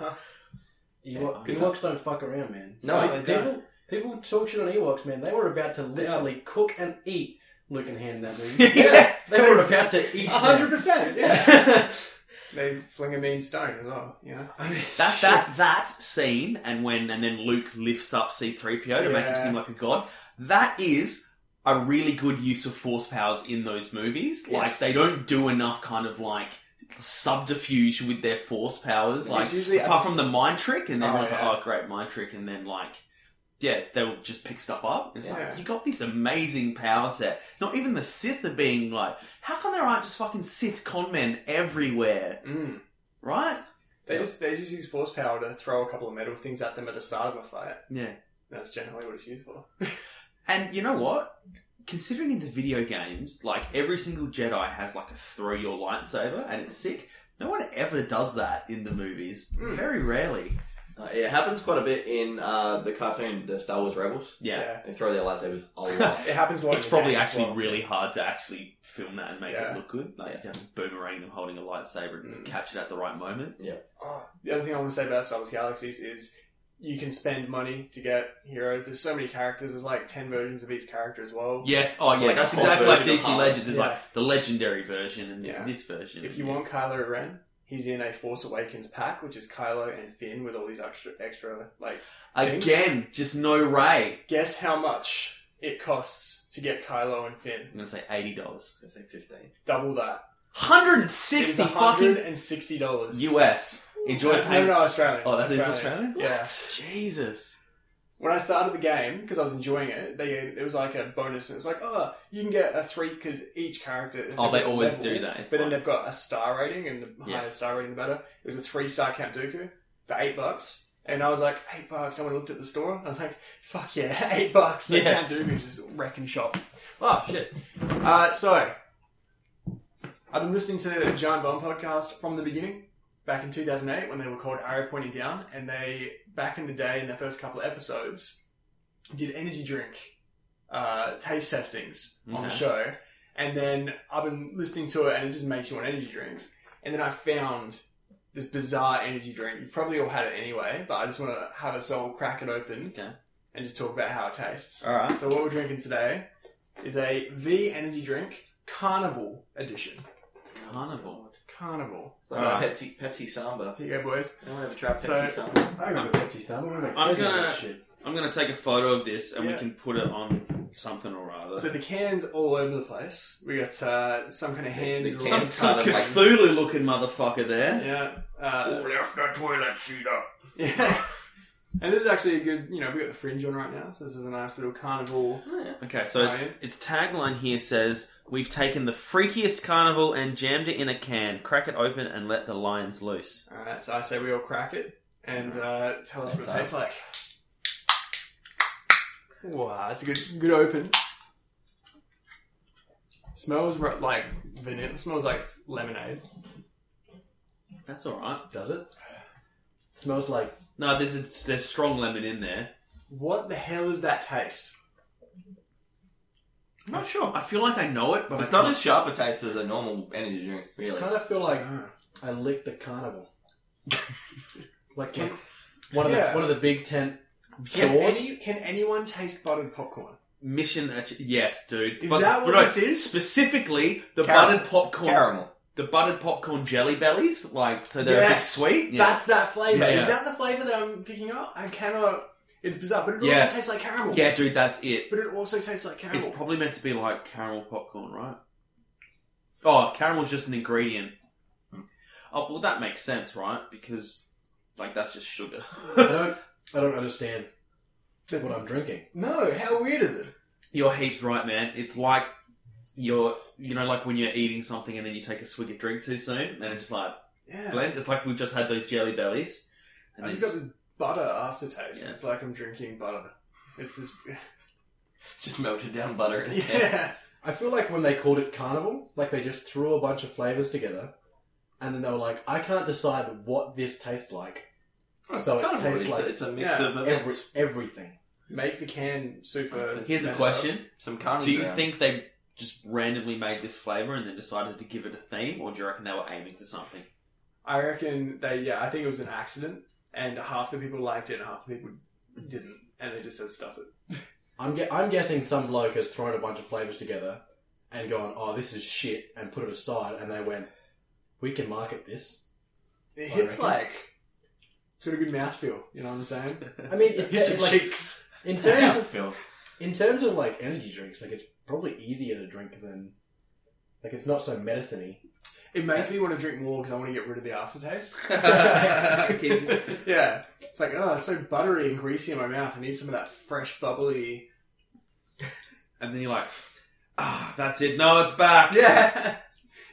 S5: Ewok,
S1: Yeah.
S5: Ewoks don't fuck around, man.
S3: No,
S5: Like,
S4: they
S5: people people talk shit on Ewoks, man. They were about to literally cook and eat Luke and Han in that movie.
S1: Yeah.
S5: they were about to eat.
S4: A
S5: them.
S4: hundred percent. Yeah.
S5: Yeah.
S4: They fling a mean stone as well. You know.
S5: I mean,
S1: That that that scene and when and then Luke lifts up C three PO to make him
S4: Yeah.
S1: seem like a god. That is a really good use of force powers in those movies. Like
S3: Yes.
S1: they don't do enough kind of like subterfuge with their force powers. Like
S4: it's usually
S1: apart from the mind trick, and then
S4: Oh,
S1: it was
S4: yeah.
S1: like, oh great mind trick, and then like. Yeah, they'll just pick stuff up. It's
S4: Yeah.
S1: like, you got this amazing power set. Not even the Sith are being like, how come there aren't just fucking Sith con men everywhere,
S4: Mm.
S1: right?
S4: They just they just use force power to throw a couple of metal things at them at the start of a fight.
S1: Yeah.
S4: That's generally what it's used for.
S1: And you know what? Considering in the video games, like every single Jedi has like a throw your lightsaber and it's sick. No one ever does that in the movies.
S4: Mm.
S1: Very rarely.
S3: Uh, it happens quite a bit in uh, the cartoon, the Star Wars Rebels.
S1: Yeah.
S3: They throw their lightsabers a lot.
S4: It happens a lot.
S1: It's
S4: in
S1: probably
S4: the game as
S1: actually
S4: well.
S1: really hard to actually film that and make
S4: Yeah.
S1: it look good. Like you have to boomerang them holding a lightsaber and
S4: Mm.
S1: catch it at the right moment.
S4: Oh, the other thing I want to say about Star Wars Galaxies is you can spend money to get heroes. There's so many characters. There's like ten versions of each character as well.
S1: Yes, oh yeah,
S3: like
S1: that's
S3: a full
S1: exactly like
S3: version of
S1: DC
S3: Harley.
S1: Legends. There's
S4: Yeah.
S1: like the legendary version and
S4: Yeah.
S1: this version.
S4: If you
S1: Yeah.
S4: want Kylo Ren, he's in a Force Awakens pack, which is Kylo and Finn with all these extra extra like.
S1: again, just no Ray.
S4: Guess how much it costs to get Kylo and Finn?
S1: I'm gonna say eighty dollars,
S3: I was gonna say fifteen.
S4: Double that.
S1: hundred and
S4: It was
S1: sixty fucking
S4: and sixty dollars.
S1: US. Enjoy
S4: No,
S1: paying.
S4: no, Australian.
S1: Oh, that is Australian.
S4: Yeah.
S1: What? Jesus.
S4: when I started the game because I was enjoying it, they it was like a bonus, and it's like, oh, you can get a three because each character.
S1: Oh, they
S4: every
S1: always
S4: level,
S1: do that. It's
S4: But then
S1: like-
S4: they've got a star rating, and the
S1: Yeah.
S4: higher star rating, the better. It was a three star Count Dooku for eight bucks, and I was like, eight bucks. I went and looked at the store, and I was like, fuck yeah, eight bucks. And
S1: Yeah.
S4: Count Dooku just wrecking shop.
S1: Oh shit.
S4: Uh, so I've been listening to the John Bond podcast from the beginning, back in 2008 when they were called Arrow Pointing Down, and they back in the day in their first couple of episodes did energy drink uh, taste testings on the
S1: Okay.
S4: show, and then I've been listening to it and it just makes you want energy drinks, and then I found. This bizarre energy drink. You've probably all had it anyway, but I just want to have us all crack it open
S1: Okay.
S4: and just talk about how it tastes.
S1: All right.
S4: So what we're drinking today is a V energy drink Carnival edition.
S1: Carnival.
S4: Carnival.
S3: It's
S1: All right.
S3: like Pepsi Pepsi Samba.
S4: Here you go, boys.
S3: I want to try Pepsi
S4: So-
S3: Samba.
S5: I remember Pepsi Summer. I remember
S1: I'm
S5: Pepsi
S1: gonna-
S5: and shit.
S1: I'm gonna take a photo of this and we
S4: Yeah.
S1: can put it on something or other.
S4: So the cans all over the place. We got uh, some kind of hand.
S3: The
S1: some
S3: cans
S1: some
S3: kind of like-
S1: Cthulhu looking motherfucker there.
S4: Yeah. Uh,
S3: left Oh, the toilet seat up.
S4: yeah. And this is actually a good. You know, we got the fringe on right now, so this is a nice little carnival.
S1: Okay, so it's,
S4: Ryan?
S1: its tagline here says, "We've taken the freakiest carnival and jammed it in a can. Crack it open and let the lions loose."
S4: All right. So I say we all crack it and uh, tell us what it
S3: Sometime.
S4: tastes like. Wow, it's a good good open. Smells ri- like vanilla. Smells like lemonade.
S1: That's all right.
S5: Does it? Smells like
S1: No, there's a, there's strong lemon in there.
S4: What the hell is that taste?
S3: I'm not sure.
S1: I feel like I know it, but
S3: It's
S1: I
S3: not
S1: can't-
S3: as sharp a taste as a normal energy drink, really.
S5: kind of feel like I licked the carnival. like like one of
S4: Yeah.
S5: the one of the big tent.
S1: Yeah,
S5: doors.
S4: Any, can anyone taste buttered popcorn?
S1: mission. Ach- yes, dude.
S4: Is
S1: But-
S4: that what
S1: no,
S4: this is?
S1: Specifically, the
S3: Caramel.
S1: buttered popcorn,
S3: caramel.
S1: the buttered popcorn jelly bellies, like so they're
S4: Yes.
S1: a bit sweet. Yeah.
S4: That's that flavour.
S1: Yeah, yeah.
S4: Is that the flavour that I'm picking up? I cannot. It's bizarre, but it
S1: Yeah.
S4: also tastes like caramel.
S1: yeah, dude, that's it.
S4: But it also tastes like
S1: It's
S4: caramel.
S1: probably meant to be like caramel popcorn, right? Oh, caramel's just an ingredient. Oh, well, that makes sense, right? Because like that's just sugar.
S5: I don't I don't understand what I'm drinking.
S4: no, how weird is it?
S1: You're heaps right, man. It's like you're, you know, like when you're eating something and then you take a swig of drink too soon, and it's just like
S4: Yeah.
S1: blends. It's like we've just had those jelly bellies.
S4: I just
S1: then
S4: got this butter aftertaste.
S1: Yeah.
S4: It's like I'm drinking butter. It's this.
S3: Just melted down butter in a can.
S4: yeah.
S5: I feel like when they called it carnival, like they just threw a bunch of flavors together, and then they were like, I can't decide what this tastes like. So it
S3: Kind of
S5: tastes
S3: it's,
S5: like
S3: a, it's a mix
S4: yeah,
S3: of events.
S5: Every, everything.
S4: Make the can super.
S1: Here's a
S4: messed up.
S1: question:
S3: some carnage.
S1: Do you
S3: around.
S1: think they just randomly made this flavor and then decided to give it a theme, or do you reckon they were aiming for something?
S4: I reckon they, yeah, I think it was an accident, and half the people liked it and half the people didn't, and they just said stuff it.
S5: I'm gue- I'm guessing some bloke has thrown a bunch of flavors together and gone, oh, this is shit, and put it aside, and they went, we can market this.
S4: It
S5: I
S4: hits
S5: reckon.
S4: like it's got a good mouthfeel. You know what I'm saying?
S5: I mean, it's
S4: hits your
S5: like-
S4: cheeks.
S5: In
S3: Yeah,
S5: terms of
S3: Phil.
S5: in terms of like energy drinks, like it's probably easier to drink than like it's not so medicine-y.
S4: It makes me want to drink more because I want to get rid of the aftertaste.
S1: Kids.
S4: Yeah, it's like oh, it's so buttery and greasy in my mouth. I need some of that fresh, bubbly.
S1: and then you're like, ah, that's it. No, it's back.
S4: Yeah,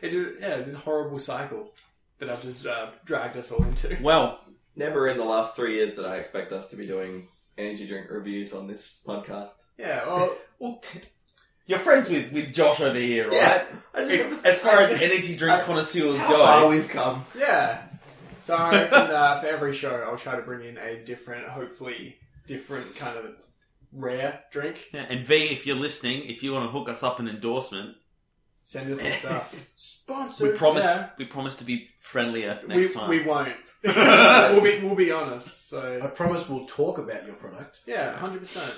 S4: it just yeah, it's this horrible cycle that I've just uh, dragged us all into.
S1: Well,
S3: Never in the last three years did I expect us to be doing energy drink reviews on this podcast.
S4: Yeah, well,
S1: well, t- you're friends with with Josh over here, right?
S3: I just,
S1: If- as far as energy drink connoisseurs
S3: how far
S1: go,
S3: we've come.
S4: Yeah. So I reckon uh, for every show, I'll try to bring in a different, hopefully different kind of rare drink.
S1: yeah, and V, if you're listening, if you want to hook us up an endorsement,
S4: Send us some stuff.
S5: Sponsored.
S1: We promise.
S4: yeah.
S1: We promise to be friendlier next
S4: we,
S1: time.
S4: we won't. we'll be we'll be honest.
S5: I
S4: So
S5: promise we'll talk about your product.
S4: yeah, hundred percent.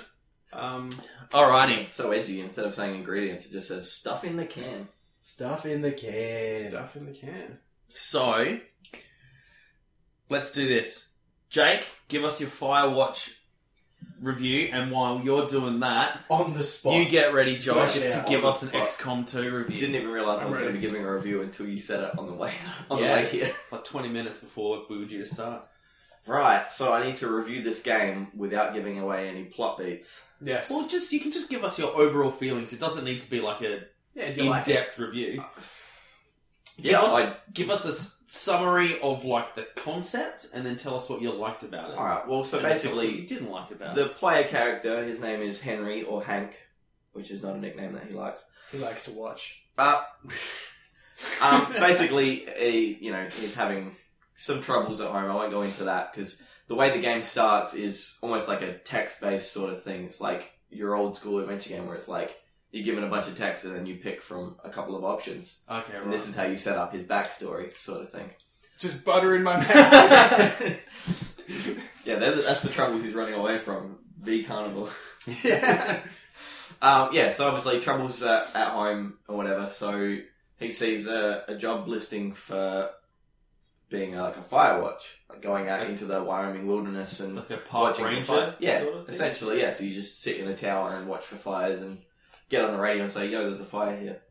S4: Um,
S1: Alrighty.
S3: It's so edgy. Instead of saying ingredients, it just says stuff in the can.
S5: Stuff in the can.
S4: stuff in the can.
S1: So let's do this. Jake, give us your Firewatch review, and while you're doing that,
S5: On the spot.
S1: you get ready, Josh,
S5: Right, yeah,
S1: to give
S3: on
S1: us an
S3: the
S1: XCOM 2
S3: You
S1: review.
S3: didn't even realize I
S4: I'm
S3: was going to
S4: ready.
S3: be giving a review until you said it on the way on
S1: Yeah.
S3: the way here.
S1: like 20 minutes before we were due to start.
S3: Right. So I need to review this game without giving away any plot beats.
S4: Yes.
S1: Well, just you can just give us your overall feelings. It doesn't need to be like a
S4: yeah. Do you like it?
S1: in-depth review.
S3: Uh,
S1: Give,
S3: Yeah,
S1: us,
S3: I-
S1: give us a s- summary of like the concept, and then tell us what you liked about it.
S3: All right. Well, so
S1: And then tell us what
S3: basically,
S1: you didn't like about
S3: The
S1: it.
S3: player character, his name is Henry or Hank, which is not a nickname that he likes.
S4: He likes to watch.
S1: Uh,
S3: But um, basically, he you know he's having some troubles at home. I won't go into that because the way the game starts is almost like a text-based sort of thing. It's like your old school adventure game where it's like you're given a bunch of text and then you pick from a couple of options.
S1: Okay, right.
S3: And this is how you set up his backstory, sort of thing.
S4: Just butter in my mouth.
S3: yeah, that- that's the trouble he's running away from. The carnival.
S4: yeah.
S3: Um, yeah, so obviously troubles uh, at home or whatever. So he sees a, a job listing for being uh, like a fire watch, like going out into the Wyoming wilderness and
S1: like a park
S3: watching
S1: ranger,
S3: for fires. Yeah,
S1: sort of thing.
S3: essentially, yeah. So you just sit in a tower and watch for fires and get on the radio and say, "Yo, there's a fire here."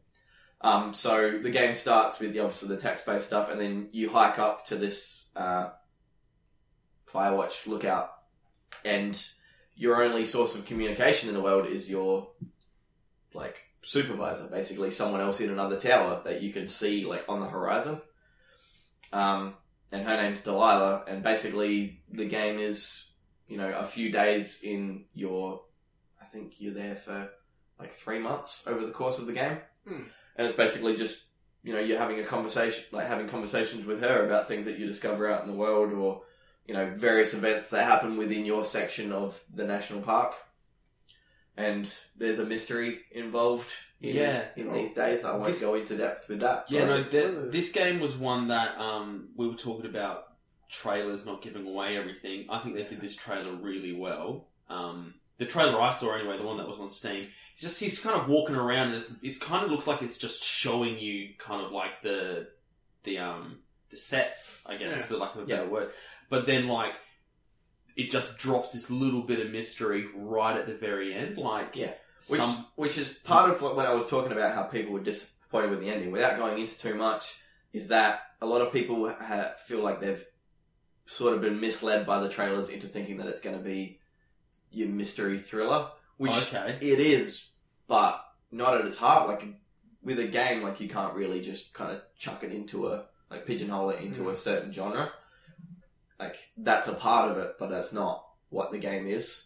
S3: Um, so the game starts with the obviously the text based stuff, and then you hike up to this uh, fire watch lookout, and your only source of communication in the world is your like supervisor, basically someone else in another tower that you can see like on the horizon. Um, and her name's Delilah, and basically the game is, you know, a few days in your, I think you're there for like three months over the course of the game,
S4: Hmm.
S3: and it's basically just, you know, you're having a conversation, like having conversations with her about things that you discover out in the world, or you know, various events that happen within your section of the national park. And there's a mystery involved in,
S1: Yeah.
S3: in these days. I won't
S1: This-
S3: go into depth with that.
S1: Yeah, no,
S4: Ooh.
S1: th- this game was one that um, we were talking about trailers not giving away everything. I think they did this trailer really well. Um, the trailer I saw, anyway, the one that was on Steam, it's just he's kind of walking around and it's, it's kind of looks like it's just showing you kind of like the the um the sets, I guess,
S4: Yeah.
S1: for lack of a
S3: Yeah.
S1: better word. But then like it just drops this little bit of mystery right at the very end, like
S3: Yeah. which
S1: some-
S3: which is part of what, when I was talking about how people were disappointed with the ending. Without going into too much, is that a lot of people ha- feel like they've sort of been misled by the trailers into thinking that it's going to be your mystery thriller, which
S1: okay.
S3: it is, but not at its heart. Like with a game, like you can't really just kind of chuck it into a like pigeonhole it into a certain genre. Like that's a part of it, but that's not what the game is.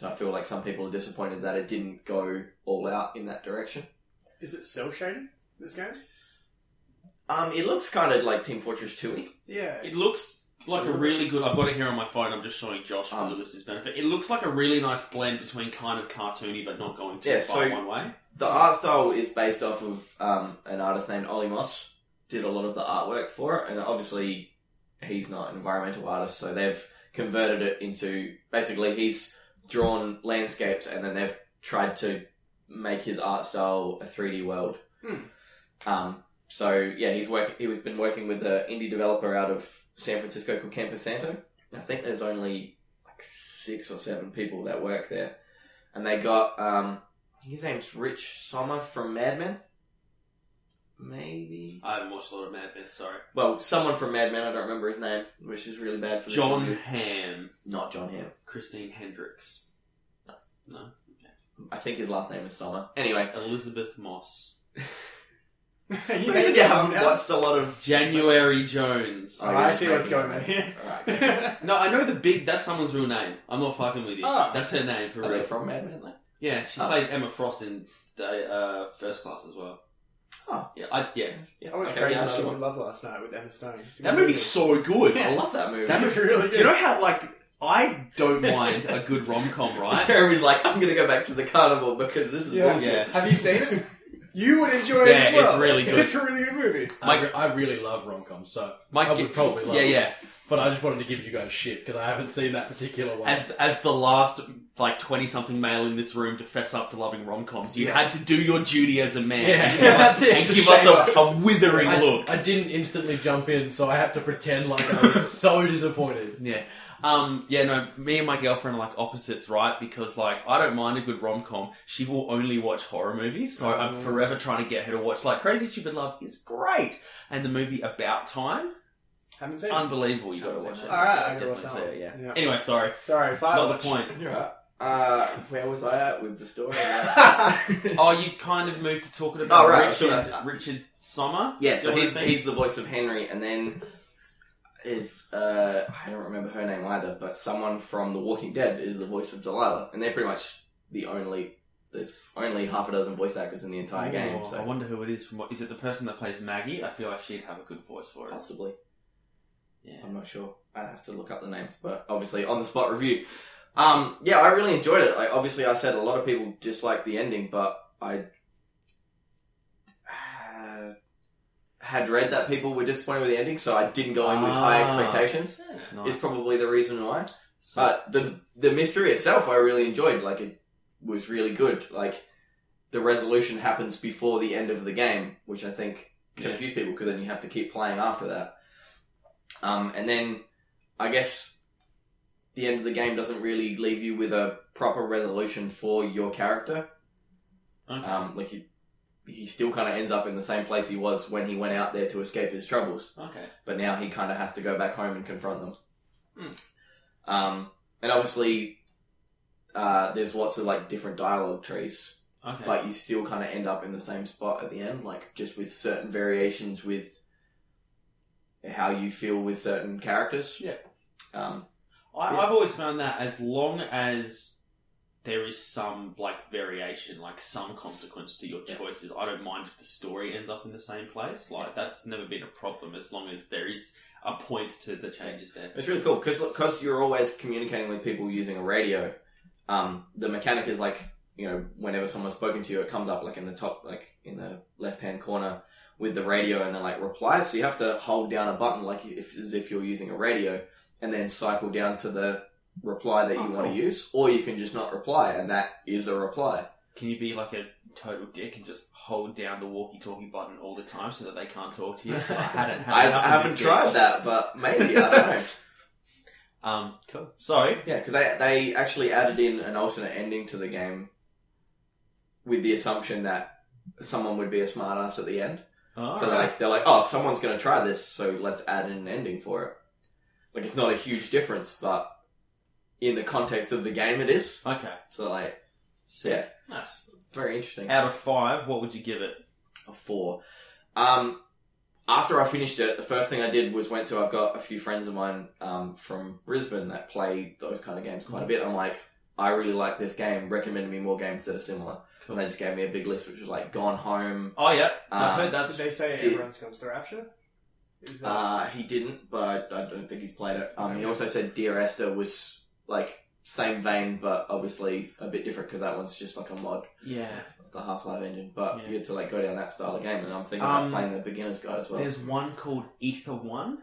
S3: So I feel like some people are disappointed that it didn't go all out in that direction.
S4: Is it cell shading? This game?
S3: Um, it looks kind of like Team Fortress 2
S4: Yeah.
S1: It looks like a really good. I've got it here on my phone. I'm just showing Josh for
S3: Um,
S1: the listeners' benefit. It looks like a really nice blend between kind of cartoony but not going too
S3: Yeah,
S1: far
S3: so-
S1: one way.
S3: The art style is based off of um, an artist named Ollie Moss. Did a lot of the artwork for it, and obviously he's not an environmental artist, so they've converted it into basically he's drawn landscapes, and then they've tried to make his art style a three D world.
S4: Hmm.
S3: Um, so yeah, he's work. He was been working with an indie developer out of San Francisco called Campo Santo. I think there's only like six or seven people that work there, and they got um, I think his name's Rich Sommer from Mad Men. Maybe.
S1: I haven't watched a lot of Mad Men. Sorry,
S3: Well, someone from Mad Men, I don't remember his name, which is really bad for this
S1: John
S3: review.
S1: Hamm,
S3: Not John Hamm.
S1: Christine Hendricks,
S3: I think his last name is Sommer. Anyway,
S1: Elizabeth Moss,
S4: you
S3: you said you haven't watched a lot of.
S1: January Jones.
S4: Oh, I see what's going on here.
S3: Alright.
S4: yeah.
S1: No, I know the big. That's someone's real name. I'm not fucking with you.
S4: Ah.
S1: That's her name for
S3: Are they
S1: real.
S3: from Mad Men? Like?
S1: Yeah, she
S3: Ah.
S1: played Emma Frost in uh, First Class as well.
S3: Oh.
S1: yeah, I, yeah.
S3: Yeah,
S4: I was
S3: okay,
S4: crazy
S3: yeah, I
S4: stupid
S3: know.
S4: love last night with Emma Stone. It's a
S1: That
S4: good
S1: movie's so good.
S3: I love that movie.
S1: That
S4: movie. It's really
S1: Do you
S4: good.
S1: know how like I don't mind a good rom com, right?
S3: Jeremy's like, I'm gonna go back to the carnival because this is
S4: Yeah.
S3: bullshit.
S1: Yeah.
S4: Have you seen it? You would enjoy it
S1: Yeah,
S4: as well.
S1: it's really good.
S4: It's a really good movie.
S1: My-
S5: I, re- I really love rom coms, so
S1: My
S5: I would
S1: gi-
S5: probably love
S1: yeah,
S5: it.
S1: yeah.
S5: But I just wanted to give you guys shit because I haven't seen that particular one.
S1: As as the last like twenty something male in this room to fess up to loving rom coms, you
S4: Yeah.
S1: had to do your duty as a man.
S5: Yeah.
S1: and,
S5: That's it,
S1: and
S4: to
S1: give us a,
S4: shame us.
S1: a withering
S5: I,
S1: look.
S5: I didn't instantly jump in, so I had to pretend like I was so disappointed.
S1: Yeah. Um, yeah, no, me and my girlfriend are like opposites, right? Because like I don't mind a good rom com. She will only watch horror movies, so I'm
S4: Oh.
S1: forever trying to get her to watch like Crazy Stupid Love is great. And the movie About Time,
S4: Haven't seen it.
S1: unbelievable, you gotta watch it.
S4: All right, I gotta watch
S1: definitely say
S4: that
S1: it, yeah.
S4: Yeah.
S1: Anyway, sorry.
S4: Sorry, fire.
S1: Not the point.
S3: You're right. Uh, where was I at with the story?
S1: Oh, you kind of moved to talking about
S3: Oh, right,
S1: Richard
S3: sure.
S1: Richard Sommer?
S3: yeah,
S1: Is that
S3: so
S1: what
S3: he's,
S1: his name
S3: he's the voice of Henry, and then is uh, I don't remember her name either, but someone from The Walking Dead is the voice of Delilah, and they're pretty much the only there's only half a dozen voice actors in the entire game,
S1: Ooh,
S3: so
S1: Oh, I wonder who it is from what is it the person that plays Maggie? I feel like she'd have a good voice for it.
S3: possibly.
S1: Yeah.
S3: I'm not sure. I'd have to look up the names, but obviously on the spot review. Um, yeah, I really enjoyed it. Like, obviously, I said a lot of people dislike the ending, but I uh, had read that people were disappointed with the ending, so I didn't go in with high
S1: Ah.
S3: expectations.
S1: Nice.
S3: Is probably the reason why.
S1: So-
S3: But the the mystery itself, I really enjoyed. Like it was really good. Like the resolution happens before the end of the game, which I think
S1: Yeah.
S3: confused people because then you have to keep playing after that. Um, and then I guess the end of the game doesn't really leave you with a proper resolution for your character.
S1: Okay.
S3: Um, like he he still kind of ends up in the same place he was when he went out there to escape his troubles
S1: okay.
S3: but now he kind of has to go back home and confront them.
S4: Hmm.
S3: Um, and obviously, uh, there's lots of like different dialogue trees,
S1: Okay.
S3: but you still kind of end up in the same spot at the end, like just with certain variations with how you feel with certain characters.
S1: Yeah.
S3: Um,
S1: I,
S3: Yeah.
S1: I've always found that as long as there is some like variation, like some consequence to your
S3: Yeah.
S1: choices, I don't mind if the story ends up in the same place. Like that's never been a problem as long as there is a point to the changes there.
S3: it's really cool because you're always communicating with people using a radio. Um, the mechanic is like you know whenever someone's spoken to you, it comes up like in the top, like in the left hand corner with the radio, and then like reply. So you have to hold down a button like if, as if you're using a radio, and then cycle down to the reply that you
S1: Oh,
S3: want
S1: cool.
S3: to use, or you can just not reply, and that is a reply.
S1: Can you be like a total dick and just hold down the walkie-talkie button all the time so that they can't talk to you? I hadn't. had
S3: I, I
S1: enough of
S3: haven't
S1: this
S3: tried
S1: bitch.
S3: that, but maybe I don't know.
S1: Um, cool. Sorry.
S3: Yeah, because they they actually added in an alternate ending to the game with the assumption that someone would be a smartass at the end. so they're like they're like, oh, someone's going to try this, so let's add in an ending for it. Like it's not a huge difference, but in the context of the game, it is.
S1: okay.
S3: So like,
S1: Sick.
S3: Yeah.
S1: Nice.
S3: very interesting.
S1: Out of five, what would you give it?
S3: a four. Um, after I finished it, the first thing I did was went to. I've got a few friends of mine um, from Brisbane that play those kind of games quite
S1: Mm.
S3: a bit. I'm like, I really like this game. Recommend me more games that are similar. And they just gave me a big list, which was like Gone Home.
S1: Oh yeah,
S3: Um,
S1: I've heard
S4: Did
S1: that's
S4: they say
S3: Did-
S4: everyone's comes to Rapture? Is that
S3: Uh, he didn't, but I, I don't think he's played it. Um, he also said Dear Esther was like same vein, but obviously a bit different because that one's just like a mod
S1: yeah.
S3: of the Half Life engine. But
S1: Yeah.
S3: you had to like go down that style of game, and I'm thinking
S1: Um,
S3: about playing the beginner's guide as well.
S1: There's one called Ether One.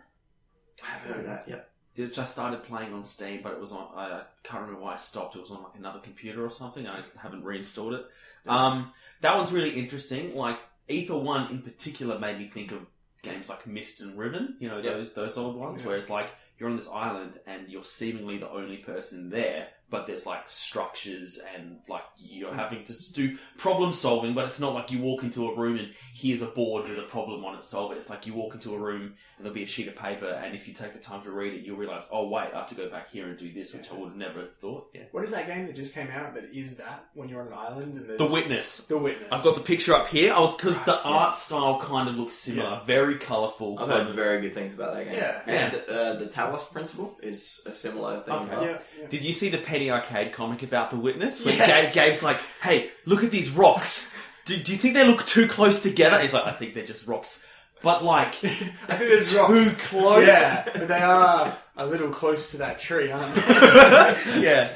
S3: I have heard of that. Yep.
S1: Which I started playing on Steam, but it was on. I uh, can't remember why I stopped. It was on like another computer or something. I haven't reinstalled it. Um, that one's really interesting. Like Ether One in particular made me think of games like Mist and Riven. You know
S3: Yeah.
S1: those those old ones
S4: Yeah.
S1: where it's like you're on this island and you're seemingly the only person there, but there's like structures and like you're having to do problem solving, but it's not like you walk into a room and here's a board with a problem on it, solve it. It's like you walk into a room and there'll be a sheet of paper, and if you take the time to read it, you'll realize, oh wait, I have to go back here and do this, which I would have never thought. Yeah.
S4: what is that game that just came out that is that when you're on an island and there's
S1: The Witness.
S4: The witness.
S1: I've got the picture up here. I was because the
S4: Right, yes.
S1: art style kind of looks similar, very colourful.
S3: I've
S1: kind
S3: heard
S1: of-
S3: very good things about that game.
S4: Yeah.
S3: And uh, the Talos Principle is a similar thing as
S1: Okay.
S3: well.
S4: yeah, yeah.
S1: Did you see the Penny Arcade comic about the Witness? Where
S4: Yes.
S1: Gabe, Gabe's like, "Hey, look at these rocks. Do, do you think they look too close together?" He's like, "I think they're just rocks." But like,
S4: I think there's rocks.
S1: Too close.
S4: Yeah, but they are a little close to that tree, aren't they?
S1: yeah.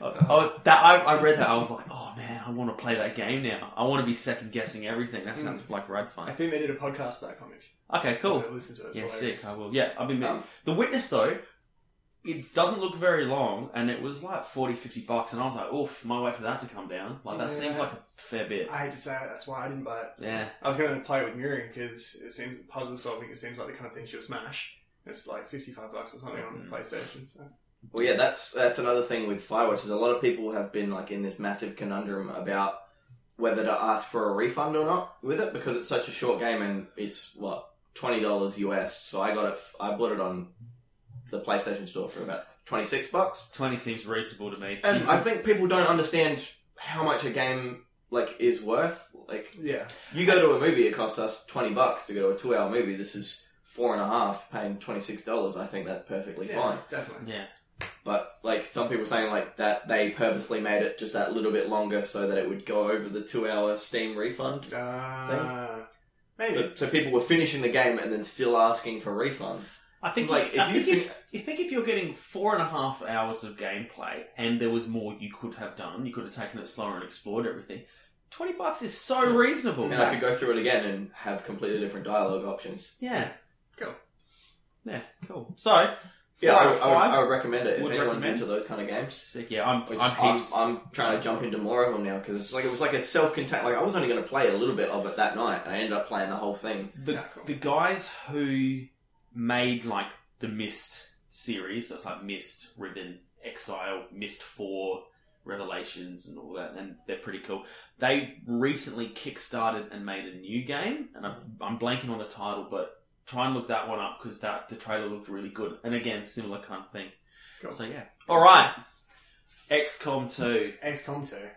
S1: Oh, that I, I read that. I was like, oh man, man, I want to play that game now. I want to be second guessing everything. That sounds like red
S4: I
S1: fun.
S4: think they did a podcast for that comic.
S1: Okay, cool.
S4: So listen to it. It's
S1: Yeah,
S4: hilarious.
S1: sick. I will. Yeah, I mean,
S3: Um,
S1: The Witness though, it doesn't look very long, and it was like 40, 50 bucks, and I was like, oof, my way for that to come down. Like that
S4: Yeah.
S1: seems like a fair bit.
S4: I hate to say it, that's why I didn't buy it.
S1: Yeah,
S4: I was going to play with Miriam because it seems puzzle solving. It seems like the kind of thing she'll smash. It's like fifty-five bucks or something on
S1: Mhm.
S4: PlayStation. So.
S3: Well, yeah, that's that's another thing with Firewatch is a lot of people have been like in this massive conundrum about whether to ask for a refund or not with it because it's such a short game and it's what twenty dollars US. So I got it. f- I bought it on the PlayStation Store for about twenty six bucks,
S1: twenty seems reasonable to me.
S3: and I think people don't understand how much a game like is worth. Like
S4: Yeah,
S3: you go to a movie, it costs us twenty bucks to go to a two hour movie. This is four and a half, paying twenty six dollars. I think that's perfectly
S4: yeah,
S3: fine.
S4: definitely.
S1: yeah,
S3: But like some people saying, like that they purposely made it just that little bit longer so that it would go over the two-hour Steam refund.
S4: Uh, maybe.
S3: So, so people were finishing the game and then still asking for refunds.
S1: I think like
S3: Like, if
S1: I
S3: you
S1: think if, you think if you're getting four and a half hours of gameplay, and there was more you could have done, you could have taken it slower and explored everything. Twenty bucks is so reasonable.
S3: And I could go
S1: That's-
S3: through it again and have completely different dialogue options.
S1: Yeah,
S4: Cool.
S1: Yeah, cool. So,
S3: Yeah,
S1: four out
S3: I, would-
S1: of
S3: I, would,
S1: five.
S3: I would recommend it if
S1: Would
S3: anyone's
S1: recommend.
S3: into those kind of games.
S1: Sick. Yeah, I'm.
S3: Which
S1: I'm
S3: I'm,
S1: heaps.
S3: I'm trying to jump into more of them now because it's like it was like a self-contained. Like I was only going to play a little bit of it that night, and I ended up playing the whole thing.
S1: the
S4: Yeah, cool.
S1: the guys who made like the Mist series, so it's like Mist, Ribbon, Exile, Mist Four, Revelations, and all that, and they're pretty cool. They recently kickstarted and made a new game, and I'm, I'm blanking on the title, but try and look that one up because that the trailer looked really good, and again, similar kind of thing.
S4: Cool.
S1: So yeah, all right. XCOM Two.
S4: XCOM two.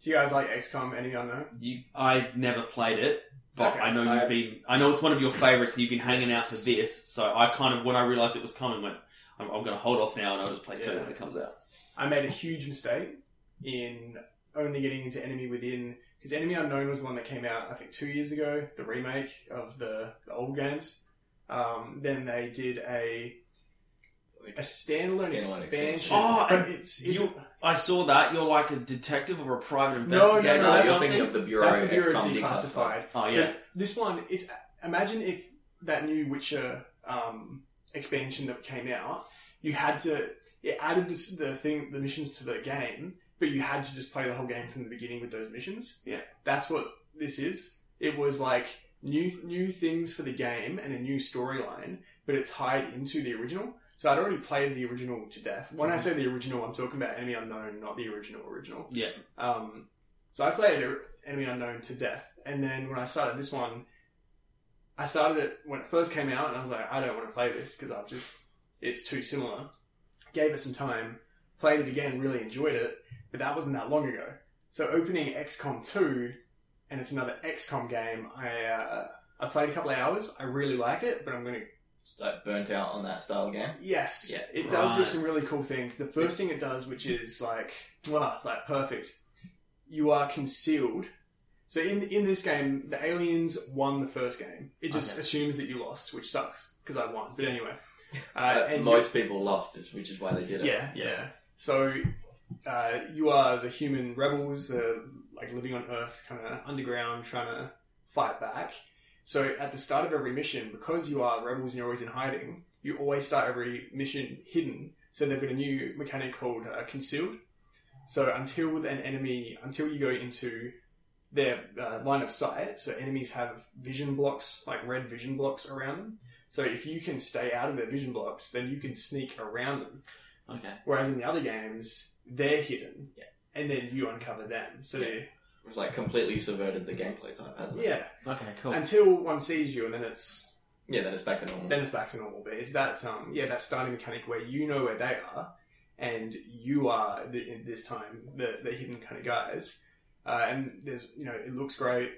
S4: Do you guys like XCOM? Anyone know?
S1: You, I never played it, but
S4: Okay.
S1: I know you've
S3: I-
S1: been. I know it's one of your favorites, and you've been hanging out for
S3: Yes.
S1: this. So I kind of, when I realized it was coming, went, "I'm, I'm going to hold off now, and I'll just play two
S4: Yeah.
S1: when it comes out."
S4: I made a huge mistake in only getting into Enemy Within because Enemy Unknown was the one that came out I think two years ago, the remake of the, the old games. Um, then they did a a standalone,
S3: Standalone
S4: expansion.
S3: expansion.
S1: Oh,
S4: but
S1: and
S4: it's, it's
S1: you- I saw that you're like a detective or a private
S4: No, no,
S1: investigator or
S3: No, you're
S1: something.
S3: thinking of the Bureau.
S4: that's the Bureau
S3: XCOM
S4: Declassified.
S1: oh yeah,
S4: So this one, it's imagine if that new Witcher um, expansion that came out, you had to it added this, the thing the missions to the game, but you had to just play the whole game from the beginning with those missions.
S1: Yeah.
S4: that's what this is. It was like new new things for the game and a new storyline, but it tied into the original. So I'd already played the original to death.
S1: Mm-hmm.
S4: When I say the original, I'm talking about Enemy Unknown, not the original original.
S1: yeah.
S4: Um, so I played Enemy Unknown to death, and then when I started this one, I started it when it first came out, and I was like, I don't want to play this because I've just it's too similar. Gave it some time, played it again, really enjoyed it, but that wasn't that long ago. So opening XCOM two, and it's another XCOM game. I uh, I played a couple of hours. I really like it, but I'm gonna
S3: Just, Like burnt out on that style game.
S4: Yes,
S3: Yeah,
S4: it does do
S1: right.
S4: some really cool things. The first thing it does, which is like, wow, like perfect. You are concealed. So in in this game, the aliens won the first game. It just
S1: Okay.
S4: assumes that you lost, which sucks because I won. But anyway, uh,
S3: Uh,
S4: and you-
S3: most people lost, is- which is why they did it.
S4: yeah, yeah. So uh, you are the human rebels, the like living on Earth, kind of underground, trying to fight back. So at the start of every mission, because you are rebels and you're always in hiding, you always start every mission hidden. So they've got a new mechanic called uh, concealed. So until an enemy, until you go into their uh, line of sight, so enemies have vision blocks, like red vision blocks around them. So if you can stay out of their vision blocks, then you can sneak around them.
S1: Okay.
S4: Whereas in the other games, they're hidden, and then you uncover them. So yeah,
S3: It was like completely subverted the gameplay type, hasn't it?
S1: Okay. Cool.
S4: until one sees you, and then it's
S3: Yeah, then it's back to normal.
S4: then it's back to normal. But it's that um yeah that starting mechanic where you know where they are, and you are the, in this time the the hidden kind of guys, uh, and there's you know it looks great,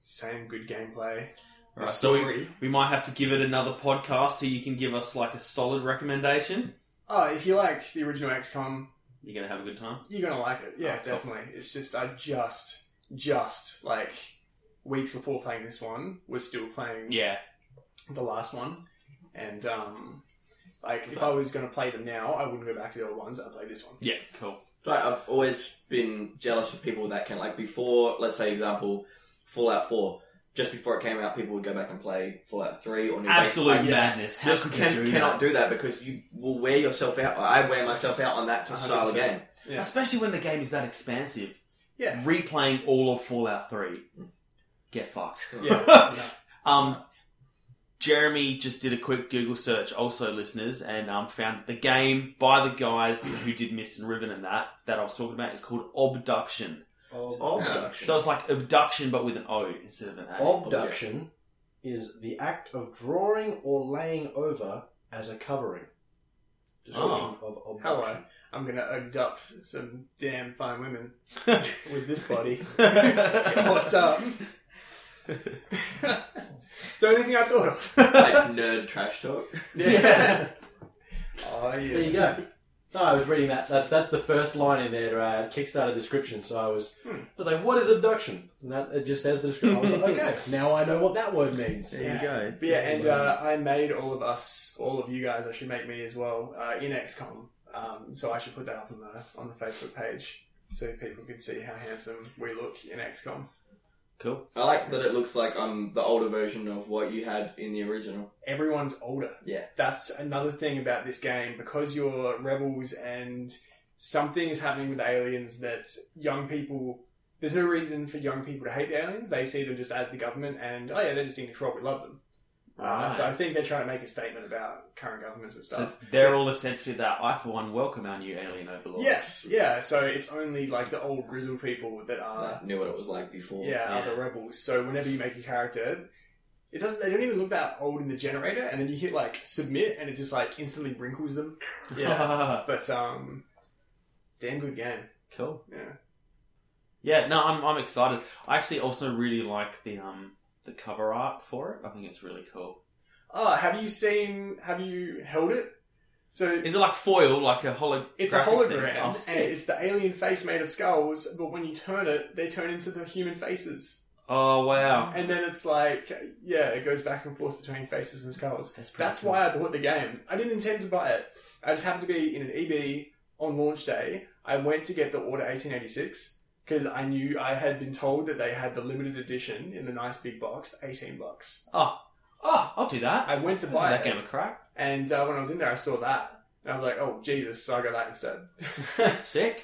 S4: same good gameplay, the
S1: Right, so we-
S4: story.
S1: we might have to give it another podcast so you can give us like a solid recommendation.
S4: oh, if you like the original XCOM,
S1: You're gonna have a good time.
S4: You're gonna like it, yeah,
S1: Oh, cool.
S4: definitely. It's just I just just like weeks before playing this one was still playing
S1: Yeah.
S4: the last one, and um, like if I was gonna play them now, I wouldn't go back to the old ones. I'd play this one.
S1: Yeah. Cool.
S3: Like, I've always been jealous of people that can like before. Let's say example, Fallout Four. Just before it came out, people would go back and play Fallout Three or New Vegas.
S1: Absolute
S3: Like,
S1: madness. How
S3: Just
S1: could
S3: can,
S1: you do
S3: cannot
S1: that?
S3: do that because you will wear yourself out. I wear myself out on that style of
S4: 100%.
S3: game.
S4: Yeah.
S1: Especially when the game is that expansive.
S4: Yeah.
S1: Replaying all of Fallout 3. Get fucked.
S4: Yeah.
S1: um, Jeremy just did a quick Google search, also listeners, and um, found the game by the guys who did Mist and Ribbon and that, that I was talking about, is called Obduction.
S3: Oh,
S5: Yeah.
S3: production.
S1: So it's like abduction, but with an O instead of an A.
S5: Obduction is the act of drawing or laying over as a covering. Description of
S4: Hello.
S5: obduction.
S4: I'm gonna abduct some damn fine women with this body.
S1: What's
S4: What's up? so anything I thought of?
S3: like nerd trash talk.
S4: Yeah. oh yeah.
S5: There you go. No, I was reading that. That's that's the first line in their uh, Kickstarter description. So I was,
S4: Hmm.
S5: I was like, "What is abduction?" And that it just says the description. I was like, "Okay, now I know what that word means."
S4: Yeah.
S3: go.
S4: But yeah, and uh, I made all of us, all of you guys, I should make me as well, uh, in XCOM. Um, so I should put that up on the on the Facebook page so people can see how handsome we look in XCOM.
S1: Cool.
S3: I like that it looks like I'm the older version of what you had in the original.
S4: Everyone's older.
S3: Yeah.
S4: That's another thing about this game because you're rebels and something is happening with aliens that young people. There's no reason for young people to hate the aliens. They see them just as the government, and oh yeah, they're just in control. We love them. Uh,
S1: Right.
S4: so I think they're trying to make a statement about current governments and stuff.
S1: So they're all essentially that. I, for one, welcome our new alien overlords.
S4: Yes, yeah. So it's only like the old grizzled people that are
S3: Like, knew what it was like before.
S4: Uh, yeah, are the
S1: yeah.
S4: rebels. So whenever you make a character, it doesn't. They don't even look that old in the generator, and then you hit like submit, and it just like instantly wrinkles them. Yeah, but um, damn good game.
S1: cool.
S4: Yeah,
S1: Yeah, no, I'm, I'm excited. I actually also really like the um the cover art for it. I think it's really cool.
S4: Oh, have you seen? Have you held it? So
S1: Is it like foil, like a hologram?
S4: it's a hologram,
S1: Oh,
S4: and
S1: sick.
S4: it's the alien face made of skulls. But when you turn it, they turn into the human faces,
S1: Oh wow,
S4: and then it's like yeah, it goes back and forth between faces and skulls.
S1: that's pretty
S4: That's
S1: cool.
S4: why I bought the game. I didn't intend to buy it. I just happened to be in an EB on launch day. I went to get the order 1886 because I knew I had been told that they had the limited edition in the nice big box, for 18 bucks.
S1: Oh, I'll do that.
S4: I went to
S1: Buy
S4: buy
S1: that game
S4: it,
S1: a crack.
S4: and uh, when I was in there, I saw that, and I was like, "Oh Jesus!" So I got that instead.
S1: Sick.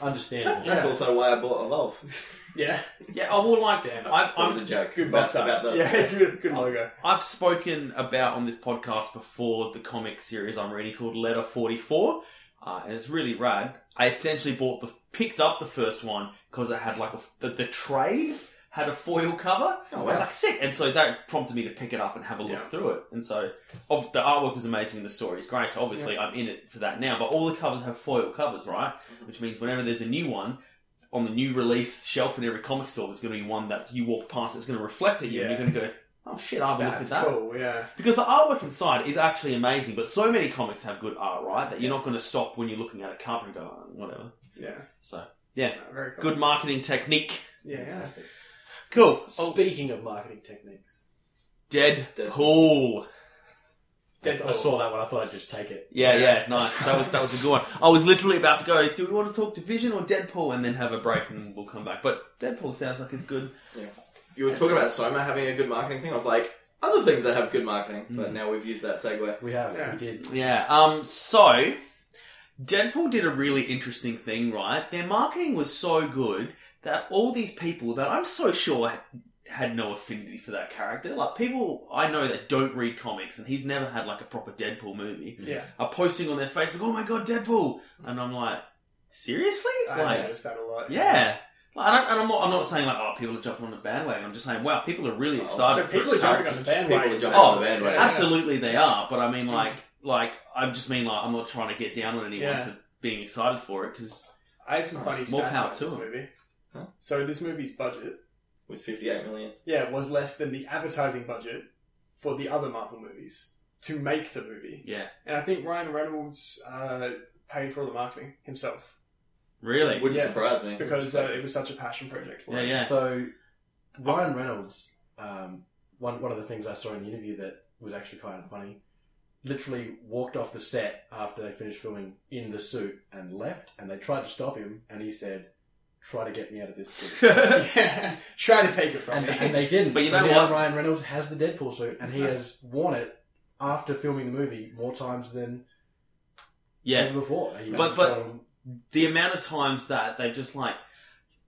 S5: Understandable.
S3: That's, that's
S4: Yeah.
S3: also why I bought Evolve.
S4: yeah,
S1: Yeah, I will like
S4: Damn.
S1: I,
S3: That was
S1: I'm,
S3: a joke.
S4: good
S3: about,
S4: box art.
S3: about the
S4: yeah, good, good logo.
S1: I've spoken about on this podcast before the comic series I'm reading called Letter 44, uh, and it's really rad. I essentially bought the picked up the first one because it had like a f the, the trade had a foil cover.
S3: Oh,
S1: I was
S3: wow.
S1: like, sick. And so that prompted me to pick it up and have a look
S4: Yeah.
S1: through it. And so of, the artwork was amazing and the story is great. So obviously I'm in it for that now. But all the covers have foil covers, right?
S4: Mm-hmm.
S1: Which means whenever there's a new one on the new release shelf in every comic store, there's going to be one that you walk past that's going to reflect at you. And
S4: Yeah.
S1: you're going to go, oh shit, I'll have a look at
S4: That's
S1: that.
S4: cool. Yeah,
S1: Because the artwork inside is actually amazing. But so many comics have good art, right? That you're not going to stop when you're looking at a cover and go, oh, whatever.
S4: yeah,
S1: So
S4: No, very cool.
S1: good marketing technique.
S4: Yeah, yeah.
S5: Fantastic.
S1: Cool. Oh,
S5: Speaking of marketing techniques,
S1: Deadpool.
S4: Deadpool.
S5: I saw that one. I thought I'd just take it.
S1: Yeah, yeah, nice. That was that was a good one. I was literally about to go. Do we want to talk Division or Deadpool, and then have a break, and we'll come back. But Deadpool sounds like it's good.
S3: You were talking about Soma having a good marketing thing. I was like, other things that have good marketing, but
S1: Mm.
S3: now we've used that segue.
S5: We have.
S4: Yeah.
S5: We did.
S1: Yeah. Um. So, Deadpool did a really interesting thing, right? Their marketing was so good that all these people that I'm so sure had no affinity for that character, like people I know that don't read comics, and he's never had like a proper Deadpool movie,
S4: Yeah,
S1: are posting on their Facebook, "Oh my god, Deadpool!" And I'm like, seriously,
S4: I
S1: like.
S4: noticed that a lot.
S1: Yeah. Like, I don't, and I'm not, I'm not saying like, oh, people are jumping on the bandwagon. I'm just saying, wow, people are really
S3: Oh,
S1: excited.
S4: but
S1: for
S4: people are
S1: so-
S4: jumping on the Mm.
S3: People
S4: bandwagon.
S3: are jumping
S1: Oh,
S3: on the bandwagon.
S4: yeah.
S1: Absolutely, they are. But I mean, like, like I just mean like, I'm not trying to get down on anyone
S4: Yeah.
S1: for being excited for it because
S4: I have some funny
S1: More power
S4: stats about
S1: to
S4: this
S1: them.
S4: movie.
S3: Huh?
S4: So this movie's budget,
S3: Was 58 million.
S4: yeah, was less than the advertising budget for the other Marvel movies to make the movie,
S1: yeah,
S4: and I think Ryan Reynolds uh, paid for all the marketing himself
S1: really,
S3: Wouldn't
S4: Yeah.
S3: surprise me.
S4: because uh, it was such a passion project for
S1: yeah,
S4: him.
S1: yeah.
S5: So Ryan Reynolds, um, one one of the things I saw in the interview that was actually kind of funny, literally walked off the set after they finished filming in the suit and left, and they tried to stop him, and he said, try to get me out of this suit.
S4: yeah. Try to take it from
S5: And,
S4: me.
S5: and they didn't.
S1: But you
S5: so
S1: know
S5: now
S1: what?
S5: Ryan Reynolds has the Deadpool suit, and he
S1: Nice.
S5: has worn it after filming the movie more times than
S1: Yeah,
S5: ever before. He's
S1: But-
S5: just
S1: but-
S5: gone,
S1: the amount of times that they've just like,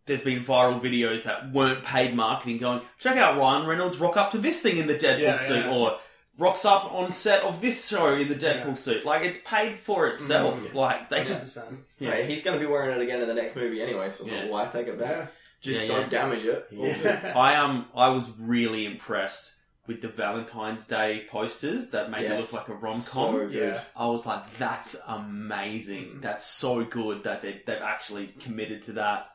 S1: there's been viral videos that weren't paid marketing going, check out Ryan Reynolds rock up to this thing in the Deadpool
S4: Yeah,
S1: suit,
S4: yeah.
S1: or rocks up on set of this show in the Deadpool suit. Like it's paid for itself.
S4: Mm,
S5: Mhm,
S1: Like they could,
S4: 100%.
S1: Yeah.
S3: Right, he's going to be wearing it again in the next movie anyway, so it's like,
S1: Yeah.
S3: why take it back?
S4: Yeah.
S3: Just
S1: Yeah,
S3: don't damage it.
S5: Yeah.
S4: Yeah.
S1: I um, I was really impressed with the Valentine's Day posters that make it
S3: Yes.
S1: look like a rom com.
S3: So Mm. good.
S4: Yeah.
S1: I was like, that's amazing. That's so good that they, they've actually committed to that.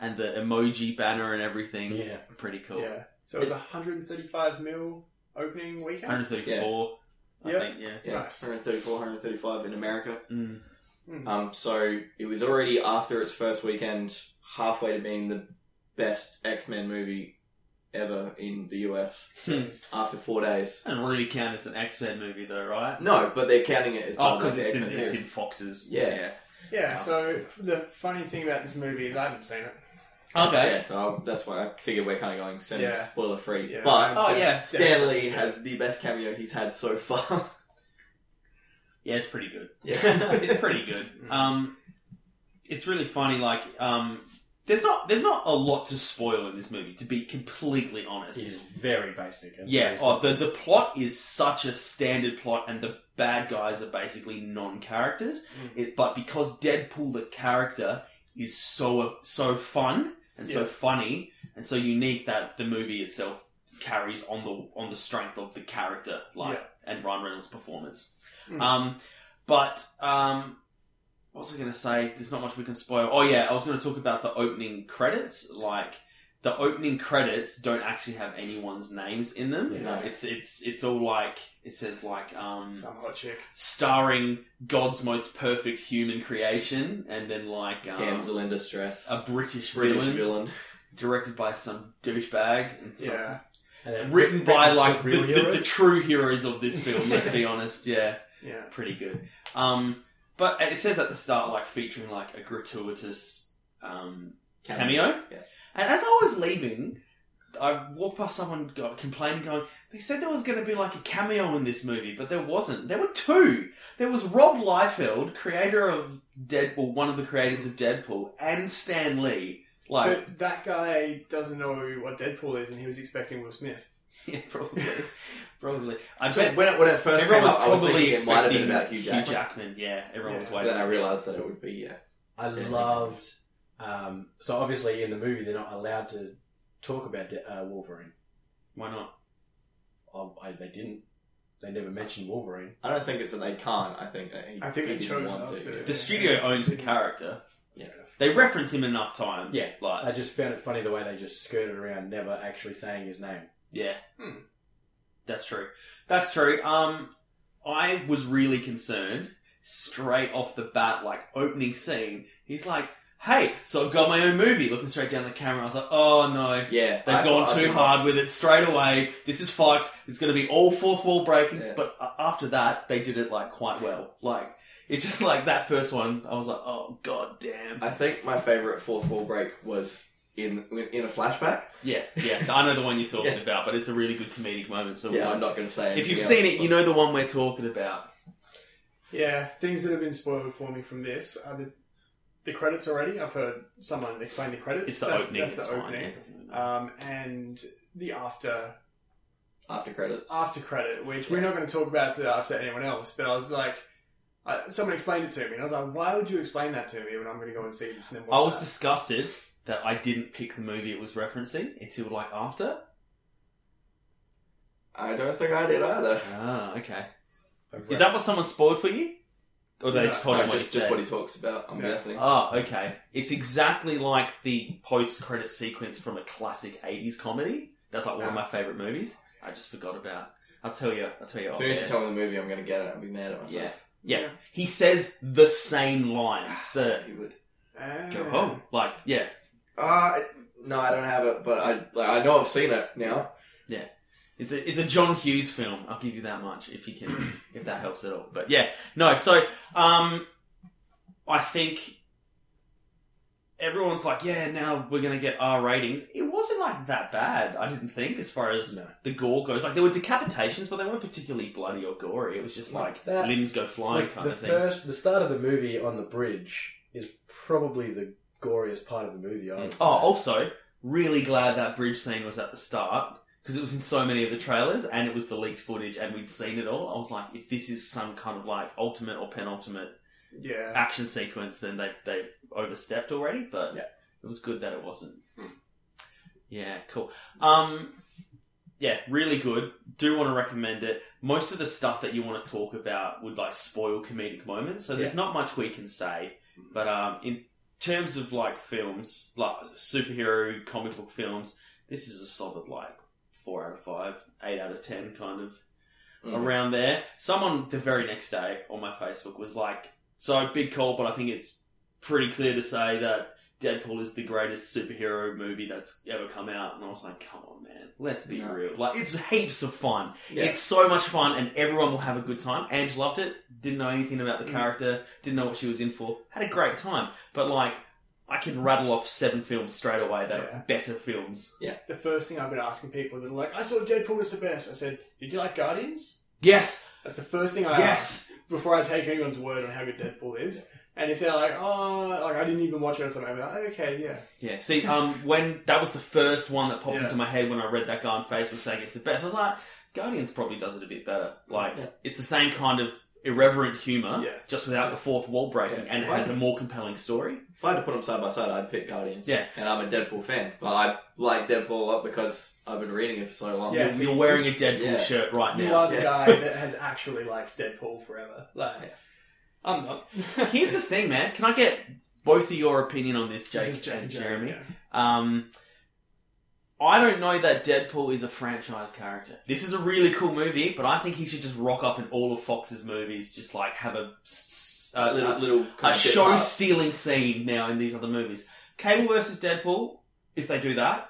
S1: And the emoji banner and everything.
S5: Yeah.
S1: Pretty cool.
S4: Yeah. So it was 135 mil opening weekend.
S1: 134, I
S4: Yeah.
S1: think, yeah.
S3: Yeah,
S4: Nice.
S3: 134, 135 in America.
S1: Mm.
S3: Um, so it was already after its first weekend, halfway to being the best X Men movie ever in the US
S1: Jeez.
S3: after four days.
S1: I don't really count as an X Men movie, though, right?
S3: No, but they're counting it as
S1: Oh,
S3: part
S1: because
S3: of the
S1: it's, in-
S3: X-Men
S1: it's in
S3: series.
S1: Foxes.
S3: Yeah.
S4: Yeah. So the funny thing about this movie is I haven't seen it.
S1: yeah. Okay.
S3: Yeah, so I'll, that's why I figured we're kind of going semi
S4: Yeah.
S3: spoiler free.
S4: Yeah,
S3: But
S1: Oh,
S4: I'm
S1: yeah.
S4: des- desperate to
S3: Stanley
S4: see it.
S3: has the best cameo he's had so far.
S1: Yeah, it's pretty good.
S3: yeah.
S1: it's pretty good.
S5: Mm.
S1: Um, it's really funny. Like, um, there's not there's not a lot to spoil in this movie, to be completely honest.
S5: He's very basic. And
S1: Yeah,
S5: very
S1: oh, the,
S5: simple.
S1: the plot is such a standard plot, and the bad guys are basically non characters.
S4: Mm.
S1: It But because Deadpool, the character, is so so fun and so
S4: Yeah.
S1: funny and so unique that the movie itself carries on the on the strength of the character, like and Ryan Reynolds' performance.
S4: Mm.
S1: Um, but um, what was I going to say? There's not much we can spoil. Oh yeah, I was going to talk about the opening credits, like the opening credits don't actually have anyone's names in them.
S5: Yes.
S1: It's it's it's all like it says like um
S4: Some hot chick.
S1: starring God's most perfect human creation, and then like um,
S3: Damsel in distress.
S1: a British,
S3: British
S1: villain,
S3: villain.
S1: directed by some douchebag. And some-
S4: Yeah.
S5: And then-
S1: Written by like the,
S5: real
S1: the, the
S5: heroes.
S1: true heroes of this film. let's be honest. Yeah,
S4: Yeah.
S1: pretty good. Um, but it says at the start like featuring like a gratuitous um cameo.
S3: Yeah.
S1: And as I was leaving, I walked past someone go- complaining, going, "They said there was going to be like a cameo in this movie, but there wasn't. There were two. There was Rob Liefeld, creator of Deadpool, one of the creators of Deadpool, and Stan Lee. Like,
S4: But that guy doesn't know what Deadpool is, and he was expecting Will Smith.
S1: yeah, probably, probably. I
S3: So
S1: bet
S3: when it, when it first
S1: everyone
S3: came
S1: was
S3: up, I was
S1: probably
S3: thinking it might have
S1: expecting
S3: been about Hugh Jackman.
S1: Yeah, everyone was
S4: Yeah.
S1: waiting.
S3: Then I realised that it would be yeah.
S5: I
S3: Yeah.
S5: loved. Um, so obviously in the movie they're not allowed to talk about De- uh, Wolverine.
S1: Why not?
S5: Oh, I, they didn't. They never mentioned Wolverine.
S3: I don't think it's that they can't. I think that he,
S4: I think
S3: he
S4: they
S3: didn't
S4: chose
S3: want
S4: not to.
S1: The studio owns the character.
S3: Yeah.
S1: They reference him enough times.
S5: Yeah.
S1: like
S5: I just found it funny the way they just skirted around, never actually saying his name.
S1: Yeah.
S4: Hmm.
S1: That's true. That's true. Um, I was really concerned straight off the bat, like opening scene. He's like, "Hey, so I've got my own movie." Looking straight down the camera, I was like, "Oh no."
S3: Yeah,
S1: They've
S3: I
S1: gone
S3: thought- I
S1: too
S3: thought-
S1: hard with it straight away. This is fucked. It's going to be all fourth wall breaking.
S3: Yeah.
S1: But uh, after that, they did it like quite well. Like it's just like that first one. I was like, oh god damn.
S3: I think my favourite fourth wall break was in in a flashback.
S1: Yeah, yeah. I know the one you're talking
S3: Yeah.
S1: about, but it's a really good comedic moment. So
S3: yeah,
S1: why
S3: I'm not going to say.
S1: If
S3: anything
S1: you've
S3: else,
S1: seen it,
S3: but-
S1: you know the one we're talking about.
S4: Yeah, things that have been spoiled for me from this are the, the credits already. I've heard someone explain the credits.
S1: It's the
S4: That's-
S1: opening.
S4: That's
S1: it's
S4: the
S1: fine. yeah,
S4: opening.
S1: it doesn't matter.
S4: Um, and the after
S3: after credits.
S4: after credit, which we're not going to talk about to after anyone else. But I was like, I, someone explained it to me, and I was like, why would you explain that to me when I'm going to go and see this? And then
S1: I
S4: watch
S1: was
S4: that?
S1: disgusted that I didn't pick the movie it was referencing until like after.
S3: I don't think I did either.
S1: Ah, okay.
S5: I've
S1: Is
S5: read-
S1: that what someone spoiled for you, or they
S4: No,
S1: just told
S3: No,
S1: him what
S3: just,
S1: it
S3: just
S1: said?
S3: what he talks about. I'm
S4: Yeah.
S3: guessing.
S1: Oh, okay. It's exactly like the post-credit sequence from a classic '80s comedy. That's like one of
S4: Ah.
S1: my favorite movies. I just forgot about. I'll tell you. I'll tell you.
S3: As
S1: off
S3: soon as
S1: air.
S3: you tell me the movie, I'm going to get it. I'll be mad at myself.
S1: Yeah. yeah.
S4: Yeah.
S1: he says the same lines. The
S3: He would.
S4: Ah.
S1: go home, like yeah,
S3: Ah, it- no, I don't have it, but I like I know I've seen it now.
S1: It's a, it's a John Hughes film. I'll give you that much if you can, if that helps at all. But yeah, no. So um, I think everyone's like, yeah, now we're gonna get R ratings. It wasn't like that bad, I didn't think, as far as
S5: No.
S1: the gore goes. Like there were decapitations, but they weren't particularly bloody or gory. It was just
S5: Like
S1: like,
S5: that-
S1: limbs go flying
S5: Like,
S1: kind
S5: the
S1: of thing.
S5: first, the start of the movie on the bridge is probably the goriest part of the movie. I would
S1: Oh,
S5: say.
S1: also, really glad that bridge scene was at the start because it was in so many of the trailers and it was the leaked footage and we'd seen it all. I was like, if this is some kind of like ultimate or penultimate
S4: Yeah.
S1: action sequence, then they've they've overstepped already. But
S3: Yeah.
S1: it was good that it wasn't.
S4: Hmm.
S1: Yeah, cool. Um, yeah, really good. Do want to recommend it. Most of the stuff that you want to talk about would like spoil comedic moments, so there's not much we can say. But um, in terms of like films, like superhero comic book films, this is a solid like four out of five, eight out of ten kind of
S3: Mm.
S1: around there. Someone the very next day on my Facebook was like, "So big call, but I think it's pretty clear to say that Deadpool is the greatest superhero movie that's ever come out." And I was like, "Come on, man, let's be
S3: No.
S1: real. Like, it's heaps of fun.
S3: Yeah.
S1: It's so much fun, and everyone will have a good time." Ange loved it. Didn't know anything about the
S4: Mm.
S1: character. Didn't know what she was in for. Had a great time, but like. I can rattle off seven films straight away that
S4: Yeah.
S1: are better films.
S4: The first thing I've been asking people that are like, I saw Deadpool is the best. I said, Did you like Guardians?
S1: Yes,
S4: That's the first thing I asked
S1: yes.
S4: before I take anyone's word on how good Deadpool is. And if they're like, oh, like I didn't even watch it or something, I'm like, "Oh, okay, yeah.
S1: Yeah. See, um, when that was the first one that popped
S4: Yeah.
S1: into my head when I read that guy on Facebook saying it's the best, I was like, Guardians probably does it a bit better. Like,
S3: Yeah.
S1: it's the same kind of irreverent humor,
S4: Yeah.
S1: just without the fourth wall breaking,
S3: Yeah.
S1: and it has a more compelling story.
S3: If I had to put them side by side, I'd pick Guardians.
S1: Yeah.
S3: And I'm a Deadpool fan. But I like Deadpool a lot because I've been reading it for so long.
S4: Yeah.
S1: You're-
S4: see,
S1: You're wearing a Deadpool
S3: yeah.
S1: shirt right
S4: You
S1: now.
S4: are the
S3: Yeah.
S4: guy that has actually liked Deadpool forever. Like,
S3: Yeah.
S4: I'm not.
S1: Here's the thing, man. Can I get both of your opinion on this, Jake
S4: This is Jake
S1: and
S4: and
S1: Jeremy?
S4: yeah.
S1: Um, I don't know that Deadpool is a franchise character. This is a really cool movie, but I think he should just rock up in all of Fox's movies, just like have a, s- a
S3: A Uh, little,
S1: little,
S3: little
S1: a
S3: kind of bit
S1: Uh, show
S3: part.
S1: stealing scene now in these other movies. Cable versus Deadpool. If they do that,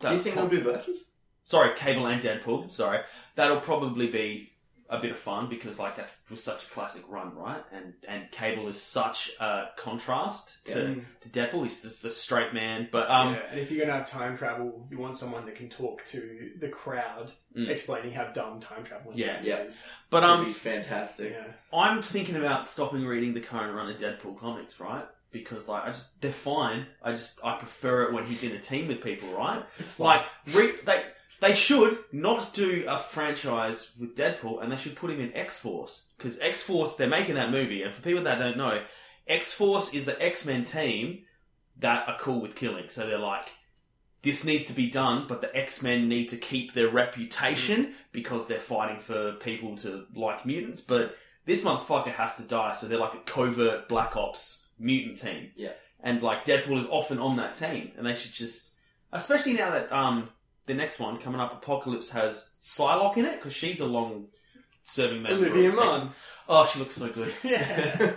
S3: Do you think
S1: prob-
S3: they'll do versus?
S1: sorry, Cable and Deadpool. Sorry, that'll probably be a bit of fun because like that's was such a classic run, right? And and Cable is such a contrast to, to Deadpool. He's just the straight man, but um.
S4: yeah. And if you're gonna have time travel, you want someone that can talk to the crowd,
S1: Mm.
S4: explaining how dumb time travel
S1: Yeah.
S3: Yeah.
S4: is.
S1: But
S3: Should
S1: um,
S3: be fantastic.
S4: Yeah.
S1: I'm thinking about stopping reading the current run of Deadpool comics, right? Because like I just they're fine. I just I prefer it when he's in a team with people, right? It's like re- they they should not do a franchise with Deadpool, and they should put him in X Force because X Force they're making that movie, and for people that don't know, X Force is the X Men team that are cool with killing. So they're like, this needs to be done, but the X Men need to keep their
S4: Hmm.
S1: reputation because they're fighting for people to like mutants. But this motherfucker has to die, so they're like a covert Black Ops mutant team.
S3: Yeah.
S1: And like Deadpool is often on that team, and they should just, especially now that um the next one coming up, Apocalypse has Psylocke in it because she's a long serving member. of-
S4: Olivia Munn.
S1: Oh, she looks so good.
S4: Yeah.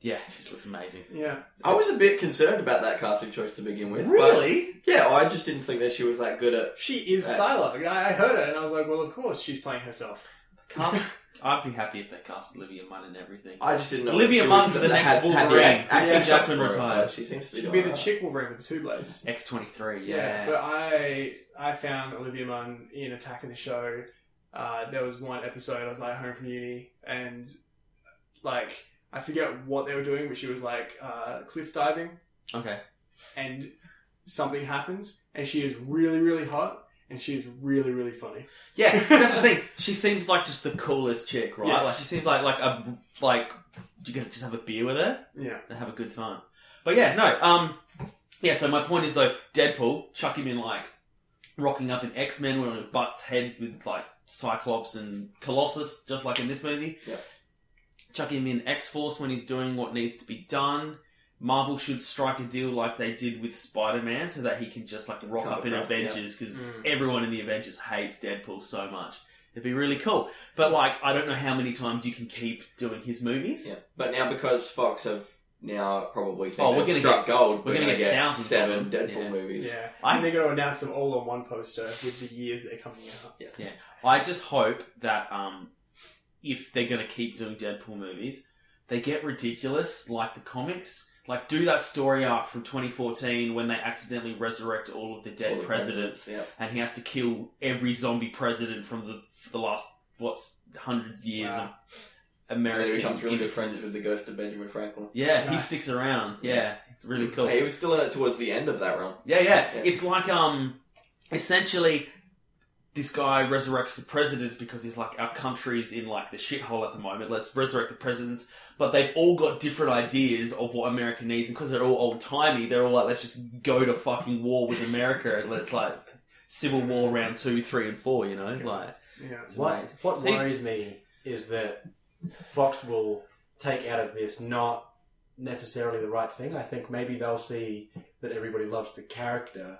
S1: Yeah, she looks amazing.
S4: yeah.
S3: I was a bit concerned about that casting choice to begin with. but- yeah, I just didn't think that she was that good at.
S4: She is
S3: Right.
S4: Psylocke. I I heard her and I was like, well, of course she's playing herself.
S1: Cast, I'd be happy if they cast Olivia Munn and everything.
S3: I just didn't know.
S1: Olivia
S3: she
S1: Munn
S3: was
S1: for the
S3: that
S1: next
S3: had- had the
S1: Wolverine.
S3: act-
S4: Hugh
S3: action
S1: Jackman
S3: chops for it,
S1: retired.
S3: but She seems to be
S4: She'd be
S3: doing
S4: the
S3: alright.
S4: chick Wolverine with the two blades.
S1: X twenty three.
S4: Yeah,
S1: Yeah.
S4: but I I found Olivia Munn in Attack of the Show. Uh, there was one episode I was like home from uni and like I forget what they were doing, but she was like uh, cliff diving
S1: okay.
S4: and something happens and she is really really hot and she is really really funny.
S1: Yeah. so that's the thing. She seems like just the coolest chick, right?
S4: Yes.
S1: Like she seems like like a like you could just have a beer with her
S4: Yeah,
S1: and have a good time. But yeah, no. Um. Yeah. So my point is though, Deadpool chuck him in like rocking up in X Men when it butts head with like Cyclops and Colossus, just like in this movie.
S3: Yeah.
S1: Chuck him in X Force when he's doing what needs to be done. Marvel should strike a deal like they did with Spider Man so that he can just like rock
S3: Come
S1: up in
S3: across, yeah.
S1: Avengers because
S4: Mm.
S1: everyone in the Avengers hates Deadpool so much. It'd be really cool. But like, I don't know how many times you can keep doing his movies.
S3: Yeah. But now because Fox have now probably think
S1: Oh,
S3: oh,
S1: we're
S3: we're
S1: gonna
S3: going struck
S1: get-
S3: gold,
S1: we're
S3: we're,
S1: gonna
S3: going to
S1: get
S3: get,
S1: thousands of
S3: seven
S1: them.
S3: Deadpool
S1: Yeah.
S3: movies.
S4: yeah.
S1: I-
S4: and they're going to announce them all on one poster with the years they're coming out.
S1: I just hope that um, if they're going to keep doing Deadpool movies, they get ridiculous like the comics. Like, do that story arc from 2014 when they accidentally resurrect all of the dead
S3: All the
S1: presidents,
S3: Yep.
S1: and he has to kill every zombie president from the the last what's hundreds years
S4: Wow.
S1: of
S3: And
S1: American.
S3: then he becomes really good
S1: independence.
S3: friends with the ghost of Benjamin Franklin.
S1: Yeah, he
S4: Nice.
S1: sticks around. Yeah, it's really cool.
S3: Hey, he was still in it towards the end of that run.
S1: Yeah, yeah.
S3: Yeah.
S1: It's like um, essentially, this guy resurrects the presidents because he's like, our country's in like the shithole at the moment. Let's resurrect the presidents, but they've all got different ideas of what America needs, and because they're all old timey, they're all like, let's just go to fucking war with America and let's like civil war round two, three, and four. You know, like
S4: Yeah.
S1: it's
S6: What,
S1: amazing.
S6: what
S1: So he's-
S6: worries me is that Fox will take out of this not necessarily the right thing. I think maybe they'll see that everybody loves the character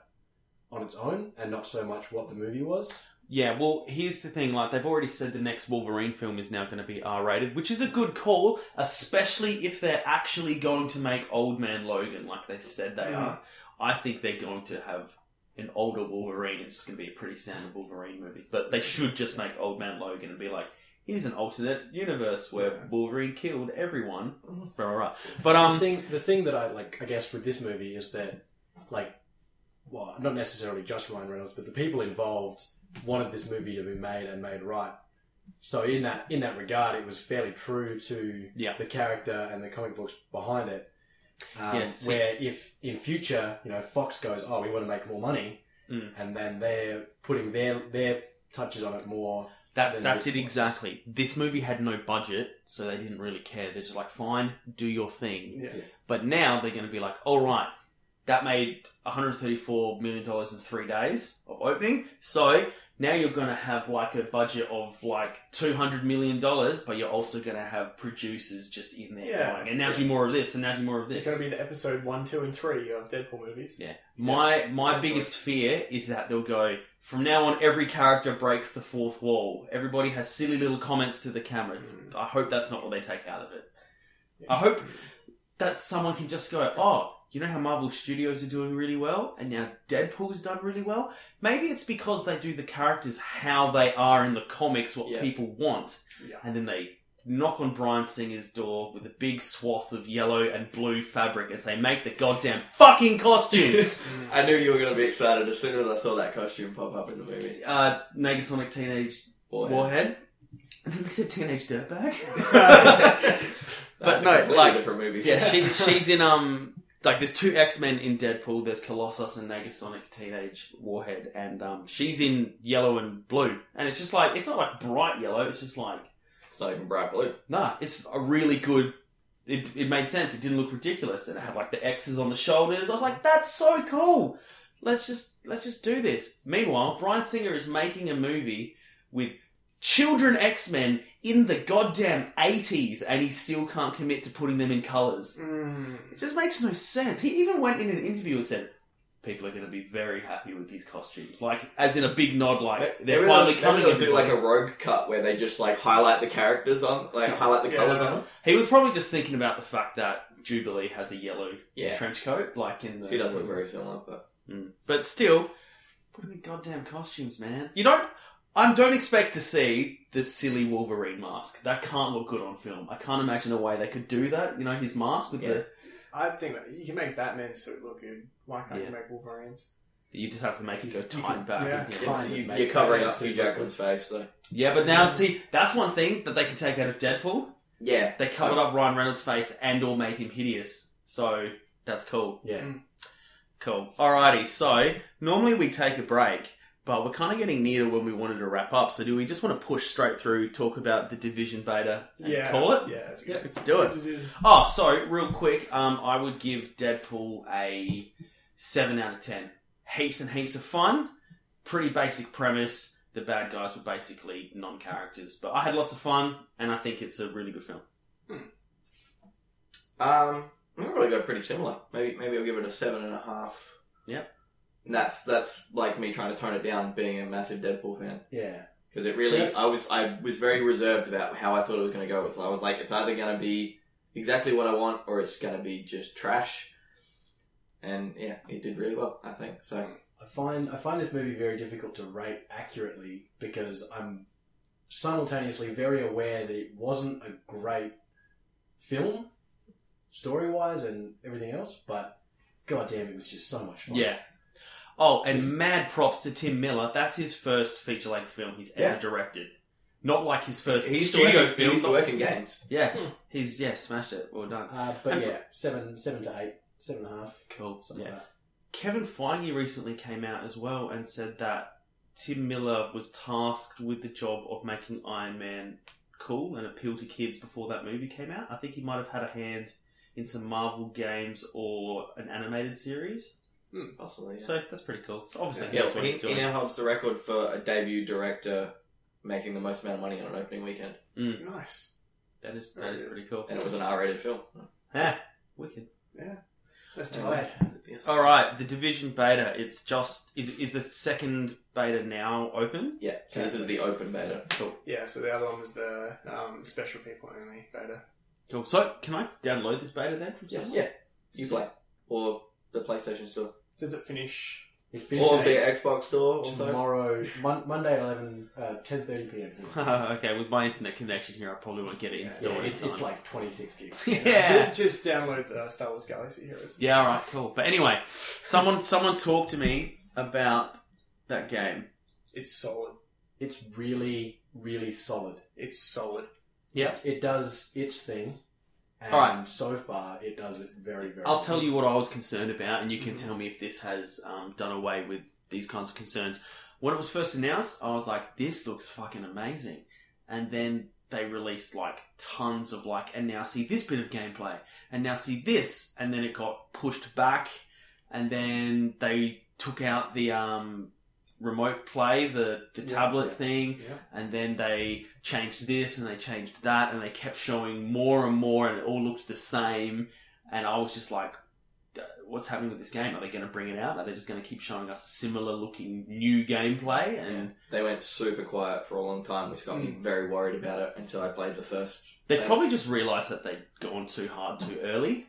S6: on its own and not so much what the movie was.
S1: Yeah, well, here's the thing. Like, they've already said the next Wolverine film is now going to be R rated, which is a good call, especially if they're actually going to make Old Man Logan like they said they
S6: Hmm.
S4: Mm.
S1: are. I think they're going to have an older Wolverine. It's just going to be a pretty standard Wolverine movie. But they should just make Old Man Logan and be like, here's an alternate universe where Wolverine killed everyone.
S6: Hmm.
S1: But alright. But,
S6: the
S1: um,
S6: thing the thing that I like I guess with this movie is that like well not necessarily just Ryan Reynolds but the people involved wanted this movie to be made and made right so in that in that regard it was fairly true to
S1: Yeah.
S6: the character and the comic books behind it um,
S1: Yes, see-
S6: where if in future you know Fox goes oh we want to make more money
S1: Mm.
S6: and then they're putting their their touches on it more
S1: that,
S6: Then
S1: that's
S6: this
S1: it
S6: was-
S1: exactly. This movie had no budget, so they didn't really care. They're just like, fine, do your thing.
S4: Yeah.
S1: But now they're going to be like, all right, that made $134 million in three days of opening. So now you're going to have like a budget of like $200 million, but you're also going to have producers just in there
S4: Yeah.
S1: going, and now do more of this, and now do more of
S4: It's
S1: this.
S4: going to be the episode one, two, and three of Deadpool movies.
S1: My my
S3: Essentially.
S1: biggest fear is that they'll go from now on. Every character breaks the fourth wall. Everybody has silly little comments to the camera.
S4: Mm.
S1: I hope that's not what they take out of it.
S6: Yeah.
S1: I hope that someone can just go, oh, you know how Marvel Studios are doing really well, and now Deadpool's done really well. Maybe it's because they do the characters how they are in the comics, what
S3: Yeah.
S1: people want,
S4: Yeah.
S1: and then they knock on Brian Singer's door with a big swath of yellow and blue fabric and say, make the goddamn fucking costumes.
S3: I knew you were going to be excited as soon as I saw that costume pop up in the movie.
S1: uh, Negasonic Teenage
S3: Boy,
S1: Warhead. I think we said Teenage Dirtbag.
S3: that's
S1: no,
S3: a completely
S1: like-
S3: different movie.
S1: yeah, she, she's in, um, like, there's two X Men in Deadpool. There's Colossus and Negasonic Teenage Warhead. And um, she's in yellow and blue. And it's just like, it's not like bright yellow, it's just like,
S3: it's not even bright blue.
S1: nah, it's a really good. It, it made sense. It didn't look ridiculous, and it had like the X's on the shoulders. I was like, "That's so cool! Let's just let's just do this." Meanwhile, Brian Singer is making a movie with children X Men in the goddamn eighties, and he still can't commit to putting them in colors.
S4: Mm.
S1: It just makes no sense. He even went in an interview and said, "People are going to be very happy with these costumes," like as in a big nod, like
S3: Maybe
S1: they're
S3: they'll-
S1: finally
S3: maybe
S1: coming.
S3: They'll do
S1: everybody."
S3: like a rogue cut where they just like highlight the characters on, like highlight the
S4: Yeah.
S3: colors on. them.
S1: He was probably just thinking about the fact that Jubilee has a yellow
S3: Yeah,
S1: trench coat, like in the.
S3: she does look very similar, but
S1: Mm. But still, put him in goddamn costumes, man. You don't. I don't expect to see the silly Wolverine mask. That can't look good on film. I can't imagine a way they could do that. You know, his mask with the.
S4: I think that you can make Batman's suit look good. Why can't
S1: Yeah.
S4: you make Wolverine's?
S1: You just have to make it go
S6: You can-
S1: tight back.
S4: yeah.
S1: Yeah.
S6: Kind of
S3: you,
S6: make
S3: you're covering
S6: that
S3: up Hugh
S6: super
S3: Jackman's face, though.
S1: Yeah, but now see, that's one thing that they can take out of Deadpool.
S3: Yeah,
S1: They covered up Ryan Reynolds' face and or made him hideous. So that's cool.
S6: yeah
S1: Cool. Alrighty, so normally we take a break, but we're kind of getting near to when we wanted to wrap up. So do we just want to push straight through, talk about the division beta, and
S4: Yeah.
S1: call it?
S4: Yeah, it's
S1: Yeah,
S4: good.
S1: let's do it. Oh, sorry, real quick. Um, I would give Deadpool a seven out of ten. Heaps and heaps of fun. Pretty basic premise. The bad guys were basically non-characters, but I had lots of fun, and I think it's a really good film.
S3: um, I'm gonna really go pretty similar. Maybe maybe I'll give it a seven and a half.
S1: Yep.
S3: And that's that's like me trying to tone it down, being a massive Deadpool fan.
S6: yeah
S3: because it really
S6: Yes.
S3: I was I was very reserved about how I thought it was going to go. So I was like, it's either going to be exactly what I want or it's going to be just trash. And yeah, it did really well, I think. So
S6: I find I find this movie very difficult to rate accurately because I'm simultaneously very aware that it wasn't a great film,
S5: story wise and everything else, but goddamn, it was just so much fun.
S1: Yeah. Oh, and
S5: Just-
S1: mad props to Tim Miller. That's his first feature length film he's ever
S3: Yeah.
S1: directed. Not like his first
S3: He's
S1: studio
S3: working,
S1: film.
S3: He's working games.
S1: Yeah,
S4: Hmm.
S1: he's yeah smashed it. Well done.
S5: Uh, but
S1: And-
S5: yeah, seven, seven to eight, seven and a half,
S1: Cool.
S5: something
S1: Yeah.
S5: like that.
S1: Kevin Feige recently came out as well and said that Tim Miller was tasked with the job of making Iron Man cool and appeal to kids before that movie came out. I think he might have had a hand in some Marvel games or an animated series.
S3: Possibly. Yeah.
S1: So that's pretty cool. So obviously
S3: yeah,
S1: that's what
S3: he,
S1: he's
S3: he
S1: doing.
S3: now holds the record for a debut director making the most amount of money on an opening weekend,
S4: Nice.
S1: That is that is pretty cool.
S3: and it was an R-rated film.
S1: Yeah, wicked.
S4: That's
S3: Um,
S4: divide.
S3: yes.
S1: All right, the Division beta. It's just is is the second beta now open?
S3: Yeah, so this is the open beta. Cool.
S4: Yeah, so the other one was the um, special people only beta.
S1: Cool. So can I download this beta then? From
S3: Yes.
S1: somewhere?
S3: Yeah. You play or the PlayStation store
S4: Does it finish?
S5: It
S3: or the
S5: finishes
S3: Xbox store. Also,
S5: tomorrow, mon- Monday, eleven, uh, ten thirty p.m.
S1: okay, with my internet connection here, I probably won't get it
S5: Yeah,
S1: installed. in
S5: it,
S1: time.
S5: it's like twenty six gigs.
S1: yeah.
S4: Ju- Just, download the Star Wars Galaxy Heroes.
S1: Yeah, all right, cool. But anyway, someone someone talked to me about that game.
S4: It's solid.
S5: It's really, really solid.
S4: It's solid.
S5: It does its thing, and
S1: Alright.
S5: so far it does it very, very.
S1: I'll tell you what I was concerned about, and you can tell me if this has um, done away with these kinds of concerns. When it was first announced, I was like, "This looks fucking amazing," and then they released like tons of like, and now see this bit of gameplay, and now see this, and then it got pushed back, and then they took out the um, remote play, the the
S4: Yeah.
S1: tablet thing,
S4: Yeah.
S1: and then they changed this and they changed that and they kept showing more and more and it all looked the same and i was just like "D- what's happening with this game are they going to bring it out are they just going to keep showing us similar looking new gameplay
S3: Yeah.
S1: and
S3: they went super quiet for a long time, which got me very worried about it until I played the first.
S1: they probably just realized that they'd gone too hard too early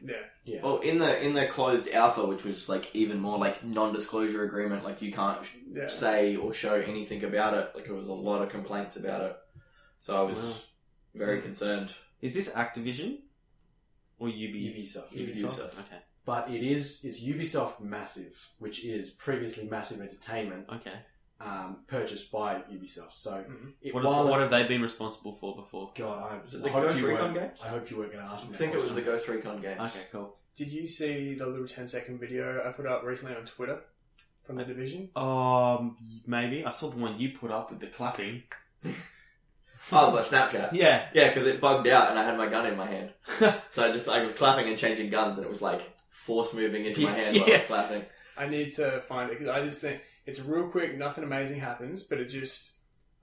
S3: Well, in the in the closed alpha, which was like even more like non-disclosure agreement, like you can't sh-
S4: Yeah.
S3: say or show anything about it. Like there was a lot of complaints about it, so I was
S1: Wow.
S3: very
S1: Mm.
S3: concerned.
S1: is this activision or ubi
S5: Ubisoft.
S3: Ubisoft.
S1: okay
S5: but it is it's Ubisoft Massive, which is previously Massive Entertainment,
S1: okay
S5: um, purchased by Ubisoft. So
S3: Mm-hmm.
S4: Mhm.
S5: it,
S1: what,
S5: while
S1: have,
S5: it-
S1: what have they been responsible for before
S5: God,
S3: Was
S5: I,
S3: it
S5: I
S3: the
S5: hope
S3: Ghost
S5: you
S3: Recon
S5: weren't.
S3: game?
S5: I hope you weren't going to ask me.
S3: I
S5: that
S3: think it was the
S5: question.
S3: Ghost Recon game. Oh,
S1: okay cool
S4: Did you see the little 10 second video I put up recently on Twitter from the division?
S1: um maybe i saw the one you put up with the clapping
S3: Oh, but Snapchat.
S1: yeah
S3: Yeah, because it bugged out and I had my gun in my hand, so I just I was clapping and changing guns, and it was like force moving into my hand while I was
S1: Yeah.
S3: clapping.
S4: I need to find it because I just think it's real quick. Nothing amazing happens, but it just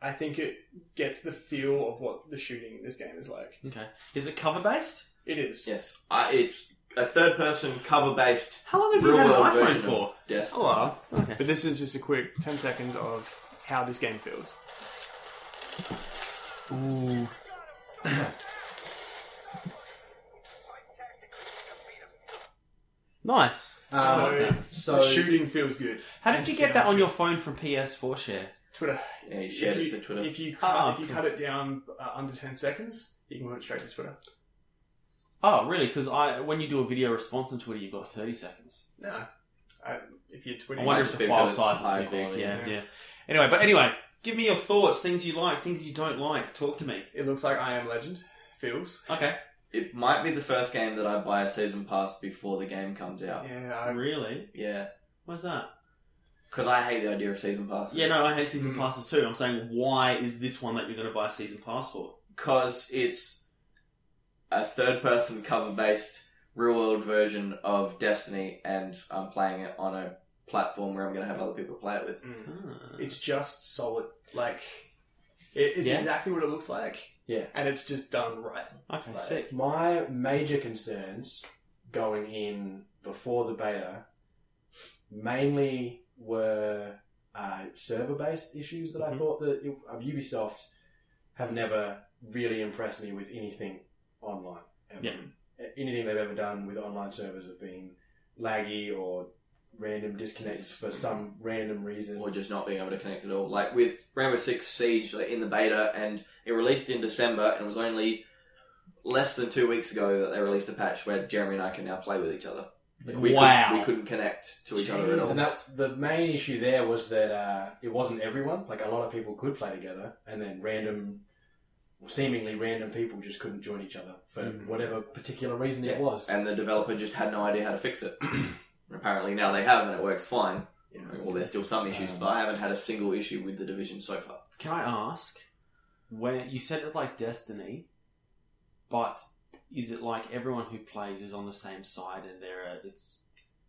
S4: I think it gets the feel of what the shooting in this game is like.
S1: okay is it cover based
S4: It is.
S3: Yes, I, it's a third-person cover-based
S1: How long have you had an
S3: real-world
S1: iPhone
S3: version
S1: for?
S3: of Destiny.
S1: Oh, well. Okay.
S4: But this is just a quick ten seconds of how this game feels.
S1: Ooh. nice.
S5: Um,
S4: so
S5: so
S4: the shooting feels good.
S1: How did
S4: And
S1: you get that
S4: sounds
S1: on your phone from PS4 share?
S4: Twitter.
S3: Yeah, you shared
S4: If
S3: it
S4: you,
S3: to Twitter.
S4: if you cut,
S1: Ah,
S4: if you
S1: cool.
S4: cut it down uh, under ten seconds, you can put it straight to Twitter.
S1: Oh, really? Because I, when you do a video response on Twitter, you've got thirty seconds.
S4: No, I, if you're Twitter,
S1: I wonder if
S3: just
S1: the
S3: be
S1: file
S3: because it's
S1: size
S3: high
S1: is too big.
S3: quality,
S1: Yeah,
S4: yeah.
S1: yeah. Anyway, but anyway, give me your thoughts. Things you like, things you don't like. Talk to me.
S4: it looks like I am Legend feels.
S1: Okay.
S3: It might be the first game that I buy a season pass before the game comes out.
S4: Yeah, I,
S1: Really?
S3: Yeah,
S1: What's that?
S3: because I hate the idea of season passes.
S1: Yeah, no, I hate season
S4: Mm.
S1: passes too. I'm saying, why is this one that you're going to buy a season pass for?
S3: because it's a third-person cover-based real-world version of Destiny, and I'm playing it on a platform where I'm going to have other people play it with.
S4: mm.
S1: Ah.
S4: it's just solid. Like it, it's
S1: Yeah.
S4: exactly what it looks like.
S5: Yeah.
S4: and it's just done right.
S1: okay,
S4: like-
S1: sick.
S5: my major concerns going in before the beta mainly were uh, server-based issues that I
S1: Mhm.
S5: thought that it, uh, Ubisoft have never really impressed me with anything online. ever.
S1: Yeah.
S5: Anything they've ever done with online servers have been laggy or random disconnects for some random reason.
S3: or just not being able to connect at all. Like with Rainbow Six Siege like in the beta, and it released in December, and it was only less than two weeks ago that they released a patch where Jeremy and I can now play with each other. Like, we
S1: wow.
S3: Could, we couldn't connect to each other at
S5: Jeez,
S3: all.
S5: And that's the main issue there was that uh, it wasn't everyone. Like a lot of people could play together, and then random, seemingly random people just couldn't join each other for
S1: Mhm.
S5: whatever particular reason
S3: Mm-hmm. Yeah.
S5: it was.
S3: And the developer just had no idea how to fix it. Apparently now they have and it works fine.
S5: Yeah.
S3: Well, there's still some issues,
S5: Um,
S3: but I haven't had a single issue with the division so far.
S1: Can I ask when you said it's like Destiny, but is it like everyone who plays is on the same side and there are it's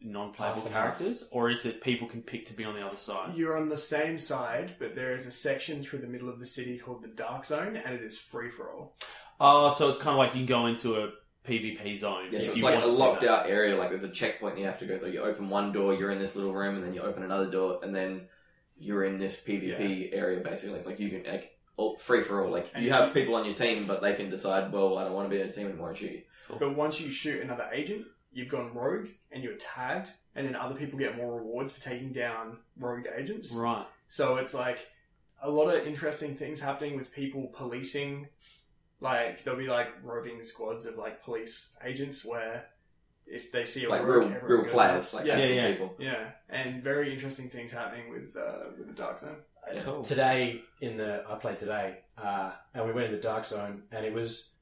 S1: non-playable
S5: Half and half.
S1: characters, or is it people can pick to be on the other side?
S4: You're on the same side, but there is a section through the middle of the city called the Dark Zone, and it is free for all.
S1: Oh, so it's kind of like you can go into a PvP zone.
S3: Yeah,
S1: if
S3: so it's
S1: you
S3: like
S1: want
S3: a
S1: to see
S3: locked
S1: that.
S3: out area. Like there's a checkpoint that you have to go through. You open one door, you're in this little room, and then you open another door, and then you're in this PvP area. Basically, it's like you can like all, free for all. Like
S4: And
S3: you
S4: if
S3: have
S4: you-
S3: people on your team, but they can decide. Well, I don't want to be in a team anymore and shoot you.
S4: But once you shoot another agent, you've gone rogue and you're tagged, and then other people get more rewards for taking down rogue agents.
S1: Right.
S4: So it's like a lot of interesting things happening with people policing. Like there'll be like roving squads of like police agents where if they see a
S3: Like
S4: rogue,
S3: real,
S4: everyone
S3: real
S4: goes
S3: players,
S4: nuts.
S3: like
S4: yeah,
S1: that.
S3: actual
S1: yeah.
S3: people.
S4: yeah, and very interesting things happening with uh, with the dark zone.
S5: Uh,
S1: Cool.
S5: Today in the I played today, uh, and we went in the dark zone, and it was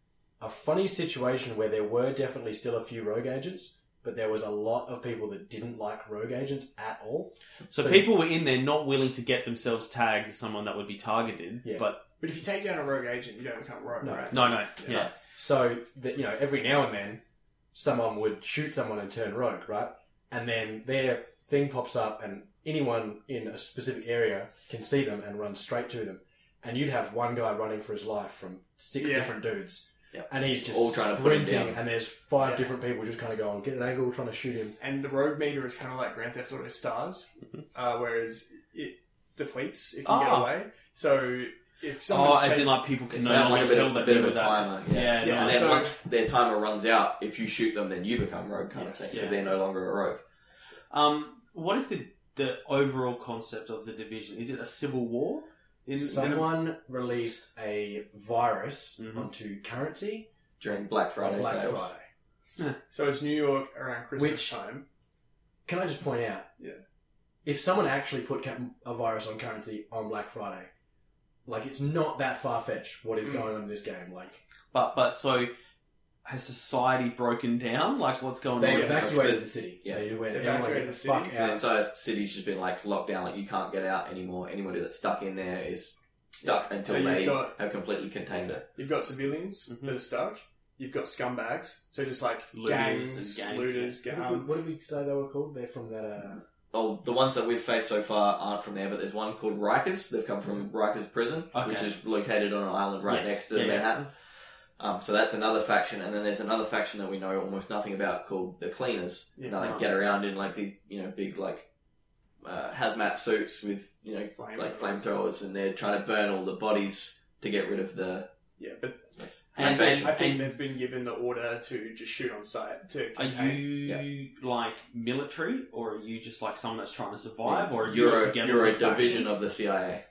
S5: a funny situation where there were definitely still a few rogue agents, but there was a lot of people that didn't like rogue agents at all.
S1: So,
S5: So-
S1: people were in there not willing to get themselves tagged as someone that would be targeted,
S5: Yeah.
S1: but
S4: But if you take down a rogue agent, you don't become rogue,
S5: No.
S4: right?
S1: no, no, yeah.
S5: So that you know, every now and then, someone would shoot someone and turn rogue, right? And then their thing pops up, and anyone in a specific area can see them and run straight to them. And you'd have one guy running for his life from six
S4: Yeah.
S5: different dudes,
S3: Yep.
S5: and he's just
S3: All trying to put him
S5: sprinting,
S3: down.
S5: and there's five
S4: Yeah.
S5: different people just kind of going, get an angle, trying to shoot him.
S4: And the rogue meter is kind of like Grand Theft Auto Stars, uh, whereas it depletes if you get
S1: Mm-hmm. Ah.
S4: away. So if someone's
S1: Oh, as
S4: chasing-
S1: in like people can
S3: It's
S1: no
S3: like a
S1: longer
S3: bit of-
S1: tell
S3: a
S1: that
S3: bit of
S1: you
S3: a
S1: were that.
S3: timer, yeah.
S1: yeah,
S4: Yeah,
S1: no,
S3: And
S1: it's-
S3: then
S4: so-
S3: once their timer runs out, if you shoot them, then you become rogue kind of
S1: Yes.
S3: thing because
S1: Yeah.
S3: they're no longer a rogue.
S1: Um, what is the the overall concept of the division? Is it a civil war? In,
S5: Someone released a virus
S3: Mm-hmm.
S1: Mhm.
S5: onto currency
S3: During Black
S5: on
S3: Friday
S5: Black
S3: sales,
S5: Friday.
S4: So it's New York around Christmas
S5: Which-
S4: time.
S5: Can I just point out?
S4: Yeah.
S5: If someone actually put ca- a virus on currency on Black Friday, like it's not that far fetched what is
S4: Mm.
S5: going on in this game. Like
S1: but but so has society broken down? Like what's going
S5: they
S1: on?
S3: yeah.
S5: evacuated the city.
S3: Yeah.
S5: They went everyone
S4: Evacuated
S5: get the
S4: the
S5: fuck
S4: city.
S5: out.
S3: the entire city's just been like locked down. Like you can't get out anymore. Anybody that's stuck in there is stuck until
S4: So you've
S3: they
S4: got-
S3: have completely contained it.
S4: You've got civilians
S1: Mhm.
S4: that are stuck. You've got scumbags. So just like
S1: Looters
S4: gangs,
S1: and gangs,
S4: looters,
S5: What
S4: ga-
S5: did we-
S4: um,
S5: what did we say they were called? They're from that. Uh,
S3: Oh, the ones that we've faced so far aren't from there, but there's one called Rikers. They've come from Rikers Prison,
S1: Okay.
S3: which is located on an island right
S1: Yes,
S3: next to
S1: yeah, yeah.
S3: Manhattan. Um, so that's another faction, and then there's another faction that we know almost nothing about called the Cleaners.
S4: Yeah.
S3: they like
S1: Right.
S3: get around in like these, you know, big like uh, hazmat suits with you know
S4: flamethrowers.
S3: like flamethrowers, and they're trying to burn all the bodies to get rid of the
S4: Yeah, but
S1: And,
S3: I
S1: and,
S4: I think
S1: and
S4: they've been given the order to just shoot on sight to
S1: are
S4: contain.
S1: you like military, or are you just like someone that's trying to survive, or are you
S3: you're a,
S1: together?
S3: you're a
S1: with faction?
S3: division of the CIA.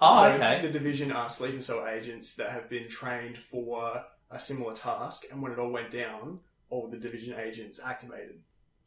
S1: Oh,
S4: So
S1: okay.
S4: The division are sleeper cell agents that have been trained for a similar task, and when it all went down, all the division agents activated.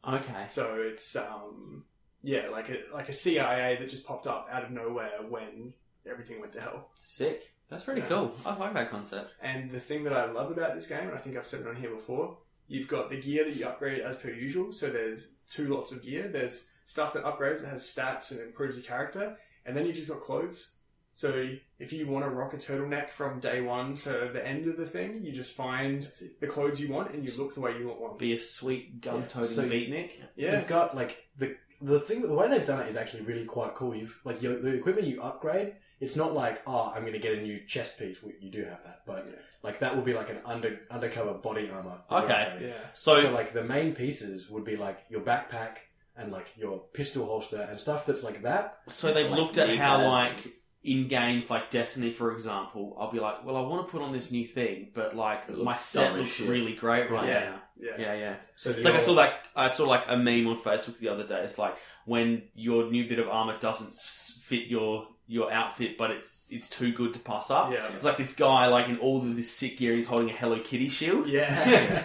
S1: Okay.
S4: So it's um yeah, like a like a CIA that just popped up out of nowhere when everything went to hell.
S1: Sick. That's pretty
S4: Yeah.
S1: cool. I like that concept.
S4: And the thing that I love about this game, and I think I've said it on here before, you've got the gear that you upgrade as per usual. So there's two lots of gear. There's stuff that upgrades that has stats and improves your character, and then you've just got clothes. So if you want to rock a turtleneck from day one to the end of the thing, you just find the clothes you want and you look the way you want one.
S1: Be a sweet gun-toting
S5: Yeah, so-
S1: beatnik.
S4: Yeah,
S5: You've got like the the thing. The way they've done it is actually really quite cool. You've like your, the equipment you upgrade. It's not like oh, I'm going to get a new chest piece. Well, you do have that, but
S4: Yeah.
S5: like that would be like an under undercover body armor.
S1: Okay.
S4: yeah.
S1: So,
S5: so like the main pieces would be like your backpack and like your pistol holster and stuff that's like that.
S1: So they've
S3: Like,
S1: looked at
S3: knee
S1: how,
S3: pads.
S1: like, in games like Destiny, for example, I'll be like, well, I want to put on this new thing, but like
S3: It
S1: my
S3: looks
S1: set
S3: dumb as
S1: looks
S3: shit.
S1: really great right
S4: Yeah.
S1: now.
S4: Yeah.
S1: Yeah, yeah.
S5: So
S1: It's like I saw like I saw like a meme on Facebook the other day. It's like when your new bit of armor doesn't s- fit your your outfit, but it's it's too good to pass up.
S4: Yeah.
S1: It's like this guy like in all of this sick gear, he's holding a Hello Kitty shield.
S4: Yeah.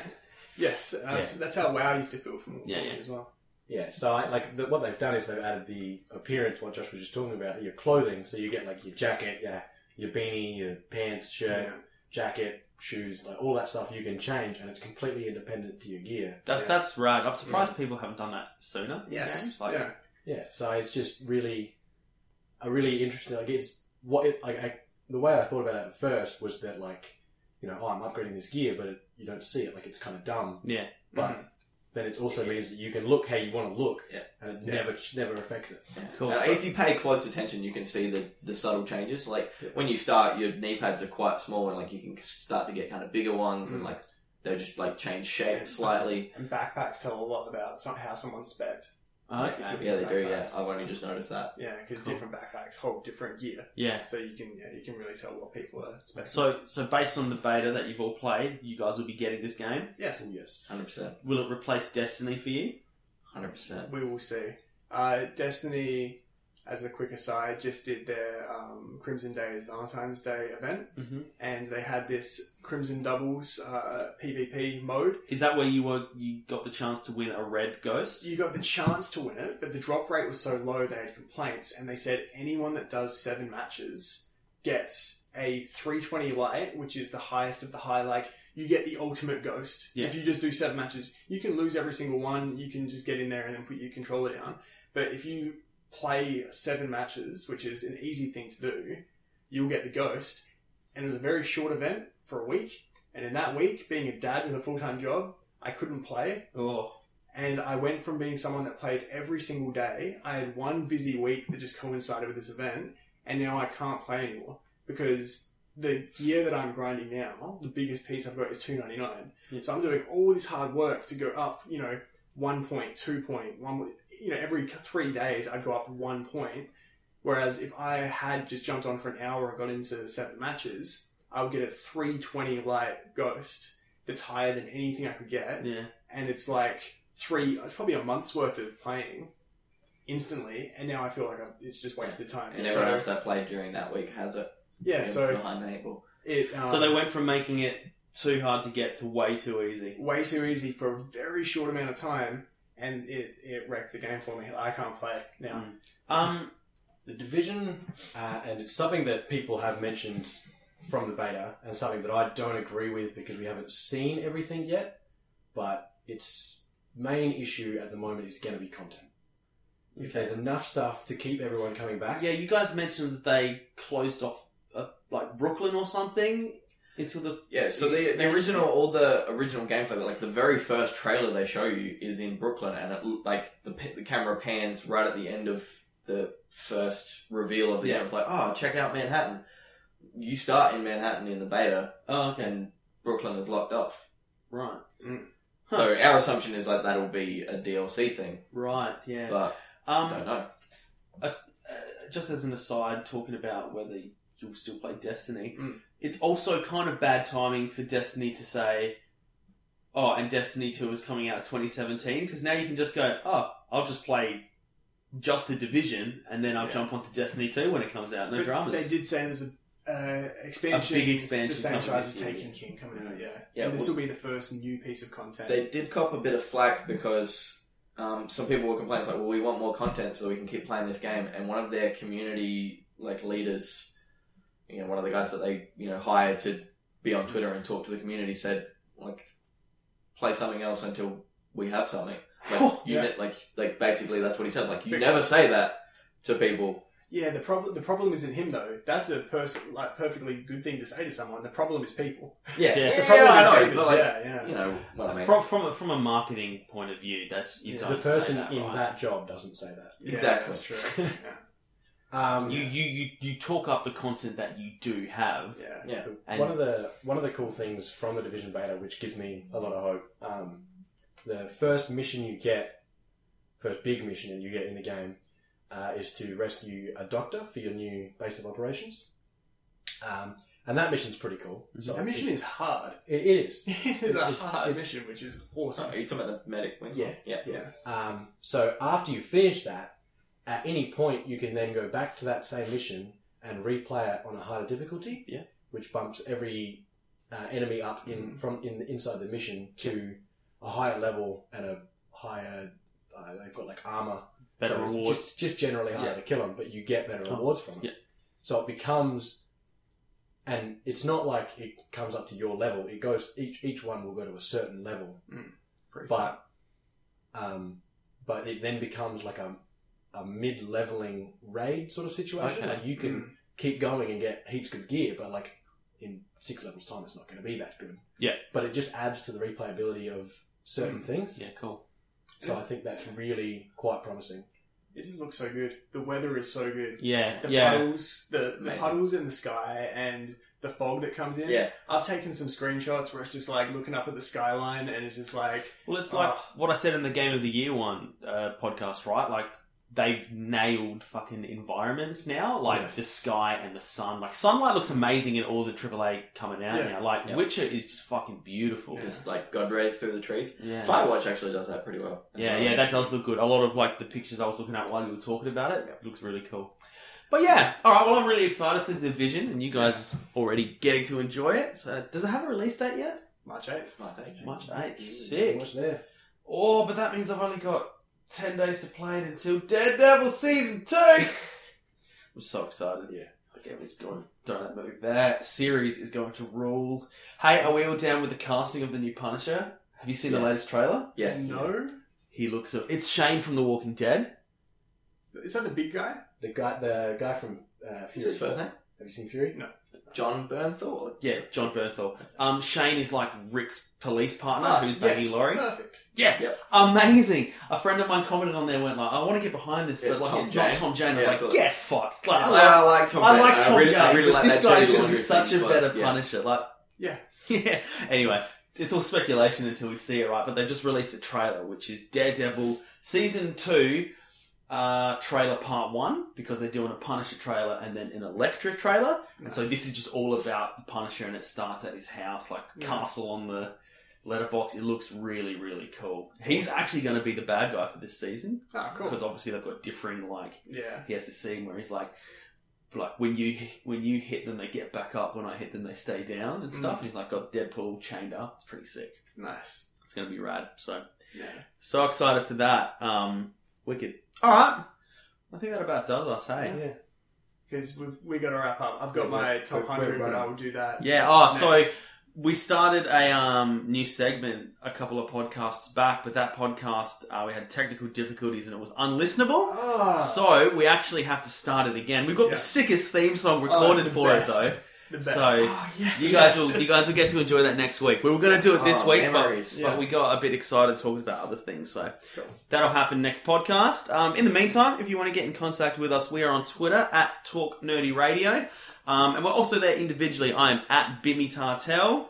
S4: yes, that's, that's how WoW used to feel for me
S1: Yeah, yeah.
S4: as well.
S5: Yeah, so I, like the, what they've done is they've added the appearance, what Josh was just talking about, your clothing. So you get like your jacket, yeah, your beanie, your pants, shirt, jacket, shoes, like all that stuff you can change, and it's completely independent to your gear.
S1: That's
S4: Yeah.
S1: that's right. I'm surprised people haven't done that sooner. in
S4: Yes.
S1: games. Like,
S4: yeah.
S5: Yeah, so it's just really, a really interesting. Like it's what it like. I, the way I thought about it at first was that like, you know, oh, I'm upgrading this gear, but it, you don't see it. Like it's kind of dumb.
S1: Yeah.
S5: But then it also means that you can look how you want to look,
S3: Yeah.
S5: and it
S4: Yeah.
S5: never never affects it.
S3: Yeah.
S1: Cool.
S3: Uh,
S1: So-
S3: if you pay close attention, you can see the, the subtle changes. Like
S5: Yeah.
S3: when you start, your knee pads are quite small, and like you can start to get kind of bigger ones, and
S4: Mm.
S3: like they just like change
S4: Yeah.
S3: shape slightly.
S4: And backpacks tell a lot about some, how someone's spec.
S1: Okay.
S3: Yeah, they do. Yeah,
S4: Backpacks.
S3: I've only just noticed that.
S4: Yeah, because
S1: Cool.
S4: different backpacks hold different gear,
S1: Yeah.
S4: so you can yeah, you can really tell what people are spec.
S1: So so based on the beta that you've all played, you guys will be getting this game.
S4: yes,
S5: Yes.
S3: Hundred percent.
S1: Will it replace Destiny for you?
S3: Hundred percent.
S4: we will see. Uh, Destiny, as a quick aside, just did their um, Crimson Days Valentine's Day event,
S1: Mhm.
S4: and they had this Crimson Doubles uh, PvP mode.
S1: Is that where you were? You got the chance to win a red ghost?
S4: You got the chance to win it, but the drop rate was so low they had complaints, and they said anyone that does seven matches gets a 320 light, which is the highest of the high. Like you get the ultimate ghost.
S1: Yeah.
S4: If you just do seven matches, you can lose every single one. You can just get in there and then put your controller down. But if you play seven matches, which is an easy thing to do, you'll get the ghost. And it was a very short event for a week. And in that week, being a dad with a full time job, I couldn't play.
S1: Oh,
S4: And I went from being someone that played every single day. I had one busy week that just coincided with this event, and now I can't play anymore because the gear that I'm grinding now, the biggest piece I've got is two ninety nine.
S1: Yeah.
S4: So I'm doing all this hard work to go up, you know, one point, two point, one. You know, every three days I'd go up one point. Whereas if I had just jumped on for an hour and got into seven matches, I would get a three twenty light ghost that's higher than anything I could get
S1: yeah.
S4: and it's like three it's probably a month's worth of playing instantly and now i feel like I'm, it's just wasted time
S3: And
S4: so,
S3: everyone else that played during that week has it.
S4: yeah
S3: They're
S4: so
S3: behind the eight ball.
S4: it um,
S1: So they went from making it too hard to get to way too easy.
S4: way too easy for a very short amount of time and it, it wrecked the game for me i can't play it
S3: Mm.
S4: now
S1: Um,
S5: The division, uh, and it's something that people have mentioned from the beta, and something that I don't agree with because we haven't seen everything yet. But its main issue at the moment is going to be content. If there's enough stuff to keep everyone coming back,
S1: yeah, you guys mentioned that they closed off uh, like Brooklyn or something until the
S3: Yeah. So the, the original, all the original gameplay, like the very first trailer they show you is in Brooklyn, and it look- like the p- the camera pans right at the end of the first reveal of the
S1: Yeah.
S3: game. It's like, oh, check out Manhattan. You start in Manhattan in the beta,
S1: Oh, okay,
S3: and Brooklyn is locked off.
S1: right, Huh.
S3: So our assumption is like that'll be a DLC thing,
S1: right, yeah.
S3: but I
S1: um,
S3: don't know.
S1: as- uh, just as an aside, talking about whether you'll still play Destiny,
S4: Mm.
S1: it's also kind of bad timing for Destiny to say, "Oh, and Destiny Two is coming out 2017," because now you can just go, "Oh, I'll just play." Just the division, and then I'll
S4: Yeah.
S1: jump onto Destiny Two when it comes out. No
S4: But
S1: dramas.
S4: they did say there's a uh, expansion,
S1: A big expansion
S4: the same
S1: coming
S4: size
S1: this
S4: as
S1: year,
S4: Taken
S1: yeah.
S4: King coming out, yeah.
S3: Yeah,
S4: and this
S3: well-
S4: will be the first new piece of content.
S3: They did cop a bit of flack because um, some people were complaining, it's like, well, we want more content so we can keep playing this game. And one of their community like leaders, you know, one of the guys that they you know hired to be on Twitter and talk to the community said, like, play something else until we have something. Like, you
S4: Yeah.
S3: ne- like, like basically that's what he said. Like, you
S4: Big-
S3: never say that to people.
S4: yeah, the problem the problem isn't him though. That's a person like perfectly good thing to say to someone. The problem is people.
S3: Yeah,
S1: Yeah.
S4: The problem is
S3: I know.
S4: papers,
S3: But like,
S4: yeah, yeah.
S3: you know what I mean.
S1: From from a, from a marketing point of view, that's you
S5: the
S1: don't
S5: person
S1: say that,
S5: in
S1: right?
S5: that job doesn't say that.
S4: Yeah,
S3: Exactly.
S4: that's true. Yeah.
S5: Um,
S1: you, you you you talk up the content that you do have.
S4: Yeah.
S3: Yeah.
S1: And
S5: one of the one of the cool things from the division beta, which gives me a lot of hope, um, the first mission you get, first big mission that you get in the game, uh, is to rescue a doctor for your new base of operations. Um, and that mission's pretty cool. So
S4: That mission
S5: it,
S4: is hard.
S5: it is.
S4: It is a
S5: It's-
S4: hard
S5: it-
S4: mission, which is
S3: So,
S4: awesome.
S3: are you talking about the medic wing?
S5: Yeah.
S3: Yeah.
S4: Yeah.
S5: Um, so after you finish that, at any point you can then go back to that same mission and replay it on a harder difficulty.
S3: Yeah.
S5: Which bumps every uh, enemy up
S1: Mm.
S5: in from in inside the mission to a higher level and a higher. Uh, they've got like armor
S1: Better
S5: So it's
S1: rewards.
S5: Just, just generally harder
S1: Yeah.
S5: to kill them, but you get better
S1: Oh,
S5: rewards from it.
S1: yeah.
S5: So it becomes, and it's not like it comes up to your level. It goes each each one will go to a certain level,
S4: Pretty sick.
S5: but um, but it then becomes like a a mid leveling raid sort of situation.
S1: Okay.
S5: Like you can
S4: Mm.
S5: keep going and get heaps good gear, but like in six levels time, it's not going to be that good.
S1: Yeah.
S5: But it just adds to the replayability of certain things.
S1: yeah, cool.
S5: So I think that's really quite promising.
S4: it just looks so good. The weather is so good.
S1: Yeah,
S4: The
S1: yeah.
S4: puddles, the, the
S3: Amazing.
S4: puddles in the sky, and the fog that comes in.
S3: Yeah.
S4: I've taken some screenshots where it's just like looking up at the skyline, and it's just like
S1: Well, it's like
S4: Ah.
S1: what I said in the Game of the Year one uh, podcast, right? Like they've nailed fucking environments now, like
S4: Yes.
S1: the sky and the sun. Like sunlight looks amazing in all the AAA coming out
S4: Yeah.
S1: now. Like
S3: Yeah.
S1: Witcher is just fucking beautiful.
S4: Yeah.
S3: Just like God rays through the trees.
S1: Yeah.
S3: Firewatch actually does that pretty well.
S1: Yeah, yeah, that does look good. A lot of like the pictures I was looking at while you were talking about it looks really cool. But yeah, all right. Well, I'm really excited for the division, and you guys already getting to enjoy it. So, does it have a release date yet?
S4: March eighth.
S3: Like that.
S1: March 8th.
S5: So
S1: Sick.
S5: much there.
S1: Oh, but that means I've only got 10 days to play it until Daredevil Season 2! I'm so excited.
S5: Yeah.
S1: The game is going. Don't move. That series is going to rule. Hey, are we all down with the casting of the new Punisher? Have you seen the
S3: Yes.
S1: latest trailer?
S3: Yes.
S4: No.
S1: He looks. It's Shane from The Walking Dead.
S4: Is that the big guy?
S5: The guy, the guy from uh,
S3: What's
S5: Fury.
S3: his first name?
S5: Have you seen Fury?
S3: John Bernthal? or-
S1: Yeah, John Bernthal. Um, Shane is like Rick's police partner,
S3: Ah,
S1: who's Baby
S4: yes,
S1: Laurie.
S4: Perfect.
S1: Yeah,
S3: Yep.
S1: amazing. A friend of mine commented on there, went like, "I want to get behind this,
S3: Yeah,
S1: but like,
S3: Tom
S1: it's not
S3: Jane.
S1: Tom Jane." It's
S3: Yeah,
S1: like,
S3: so-
S1: get fucked. Like,
S3: I
S1: I
S3: like,
S1: love-
S3: I like Tom.
S1: I
S3: Jane.
S1: like Tom
S3: really- I
S1: Jane,
S3: really
S1: but
S3: like
S1: this
S3: that
S1: guy's
S3: Jane
S1: going to be
S3: Laundrie
S1: such a
S3: thing,
S1: better
S3: but, yeah.
S1: Punisher. Like,
S4: Yeah.
S1: yeah. Anyway, it's all speculation until we see it, right? But they've just released a trailer, which is Daredevil season two uh, trailer part one, because they're doing a Punisher trailer and then an Electra trailer, and so
S4: Nice.
S1: this is just all about the Punisher, and it starts at his house, like
S4: Yeah.
S1: castle on the letterbox. It looks really, really cool. He's actually going to be the bad guy for this season
S4: Oh, cool.
S1: because obviously they've got differing like
S4: Yeah.
S1: he has this scene where he's like, like when you when you hit them, they get back up. When I hit them, they stay down and stuff.
S4: Mm.
S1: And he's like got Deadpool chained up. It's pretty sick.
S4: Nice.
S1: It's gonna be rad. So
S4: Yeah.
S1: so excited for that. Um, wicked. All right, I think that about does us. Hey.
S5: Yeah.
S4: Because we've we got to wrap up. I've got
S5: Yeah,
S4: my
S5: we're-
S4: top
S5: we're-
S4: hundred,
S5: we're
S4: but I
S5: running.
S4: will do that.
S1: Yeah. Oh, so
S4: next.
S1: we started a um, new segment a couple of podcasts back, but that podcast uh, we had technical difficulties and it was unlistenable.
S4: Ah,
S1: So we actually have to start it again. We've got
S4: Yeah.
S1: the sickest theme song
S4: Oh, that's
S1: recorded
S4: the
S1: for
S4: best.
S1: it though.
S4: the best.
S1: so-
S4: Oh, yes.
S1: You guys will you guys will get to enjoy that next week. We were going to do it this
S3: Oh,
S1: week, but,
S3: memories.
S1: but we got a bit excited talking about other things. So
S3: Cool.
S1: that'll happen next podcast. Um, in the meantime, if you want to get in contact with us, we are on Twitter at Talk Nerdy Radio, um, and we're also there individually. I am at Bimmy Tartel.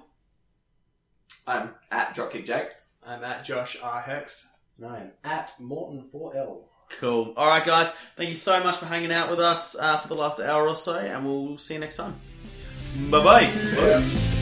S3: I'm at Dropkick Jake.
S4: I'm at Josh R Hext.
S5: Nine at Morton Four L.
S1: Cool. All right, guys. Thank you so much for hanging out with us uh, for the last hour or so, and we'll see you next time. Bye bye.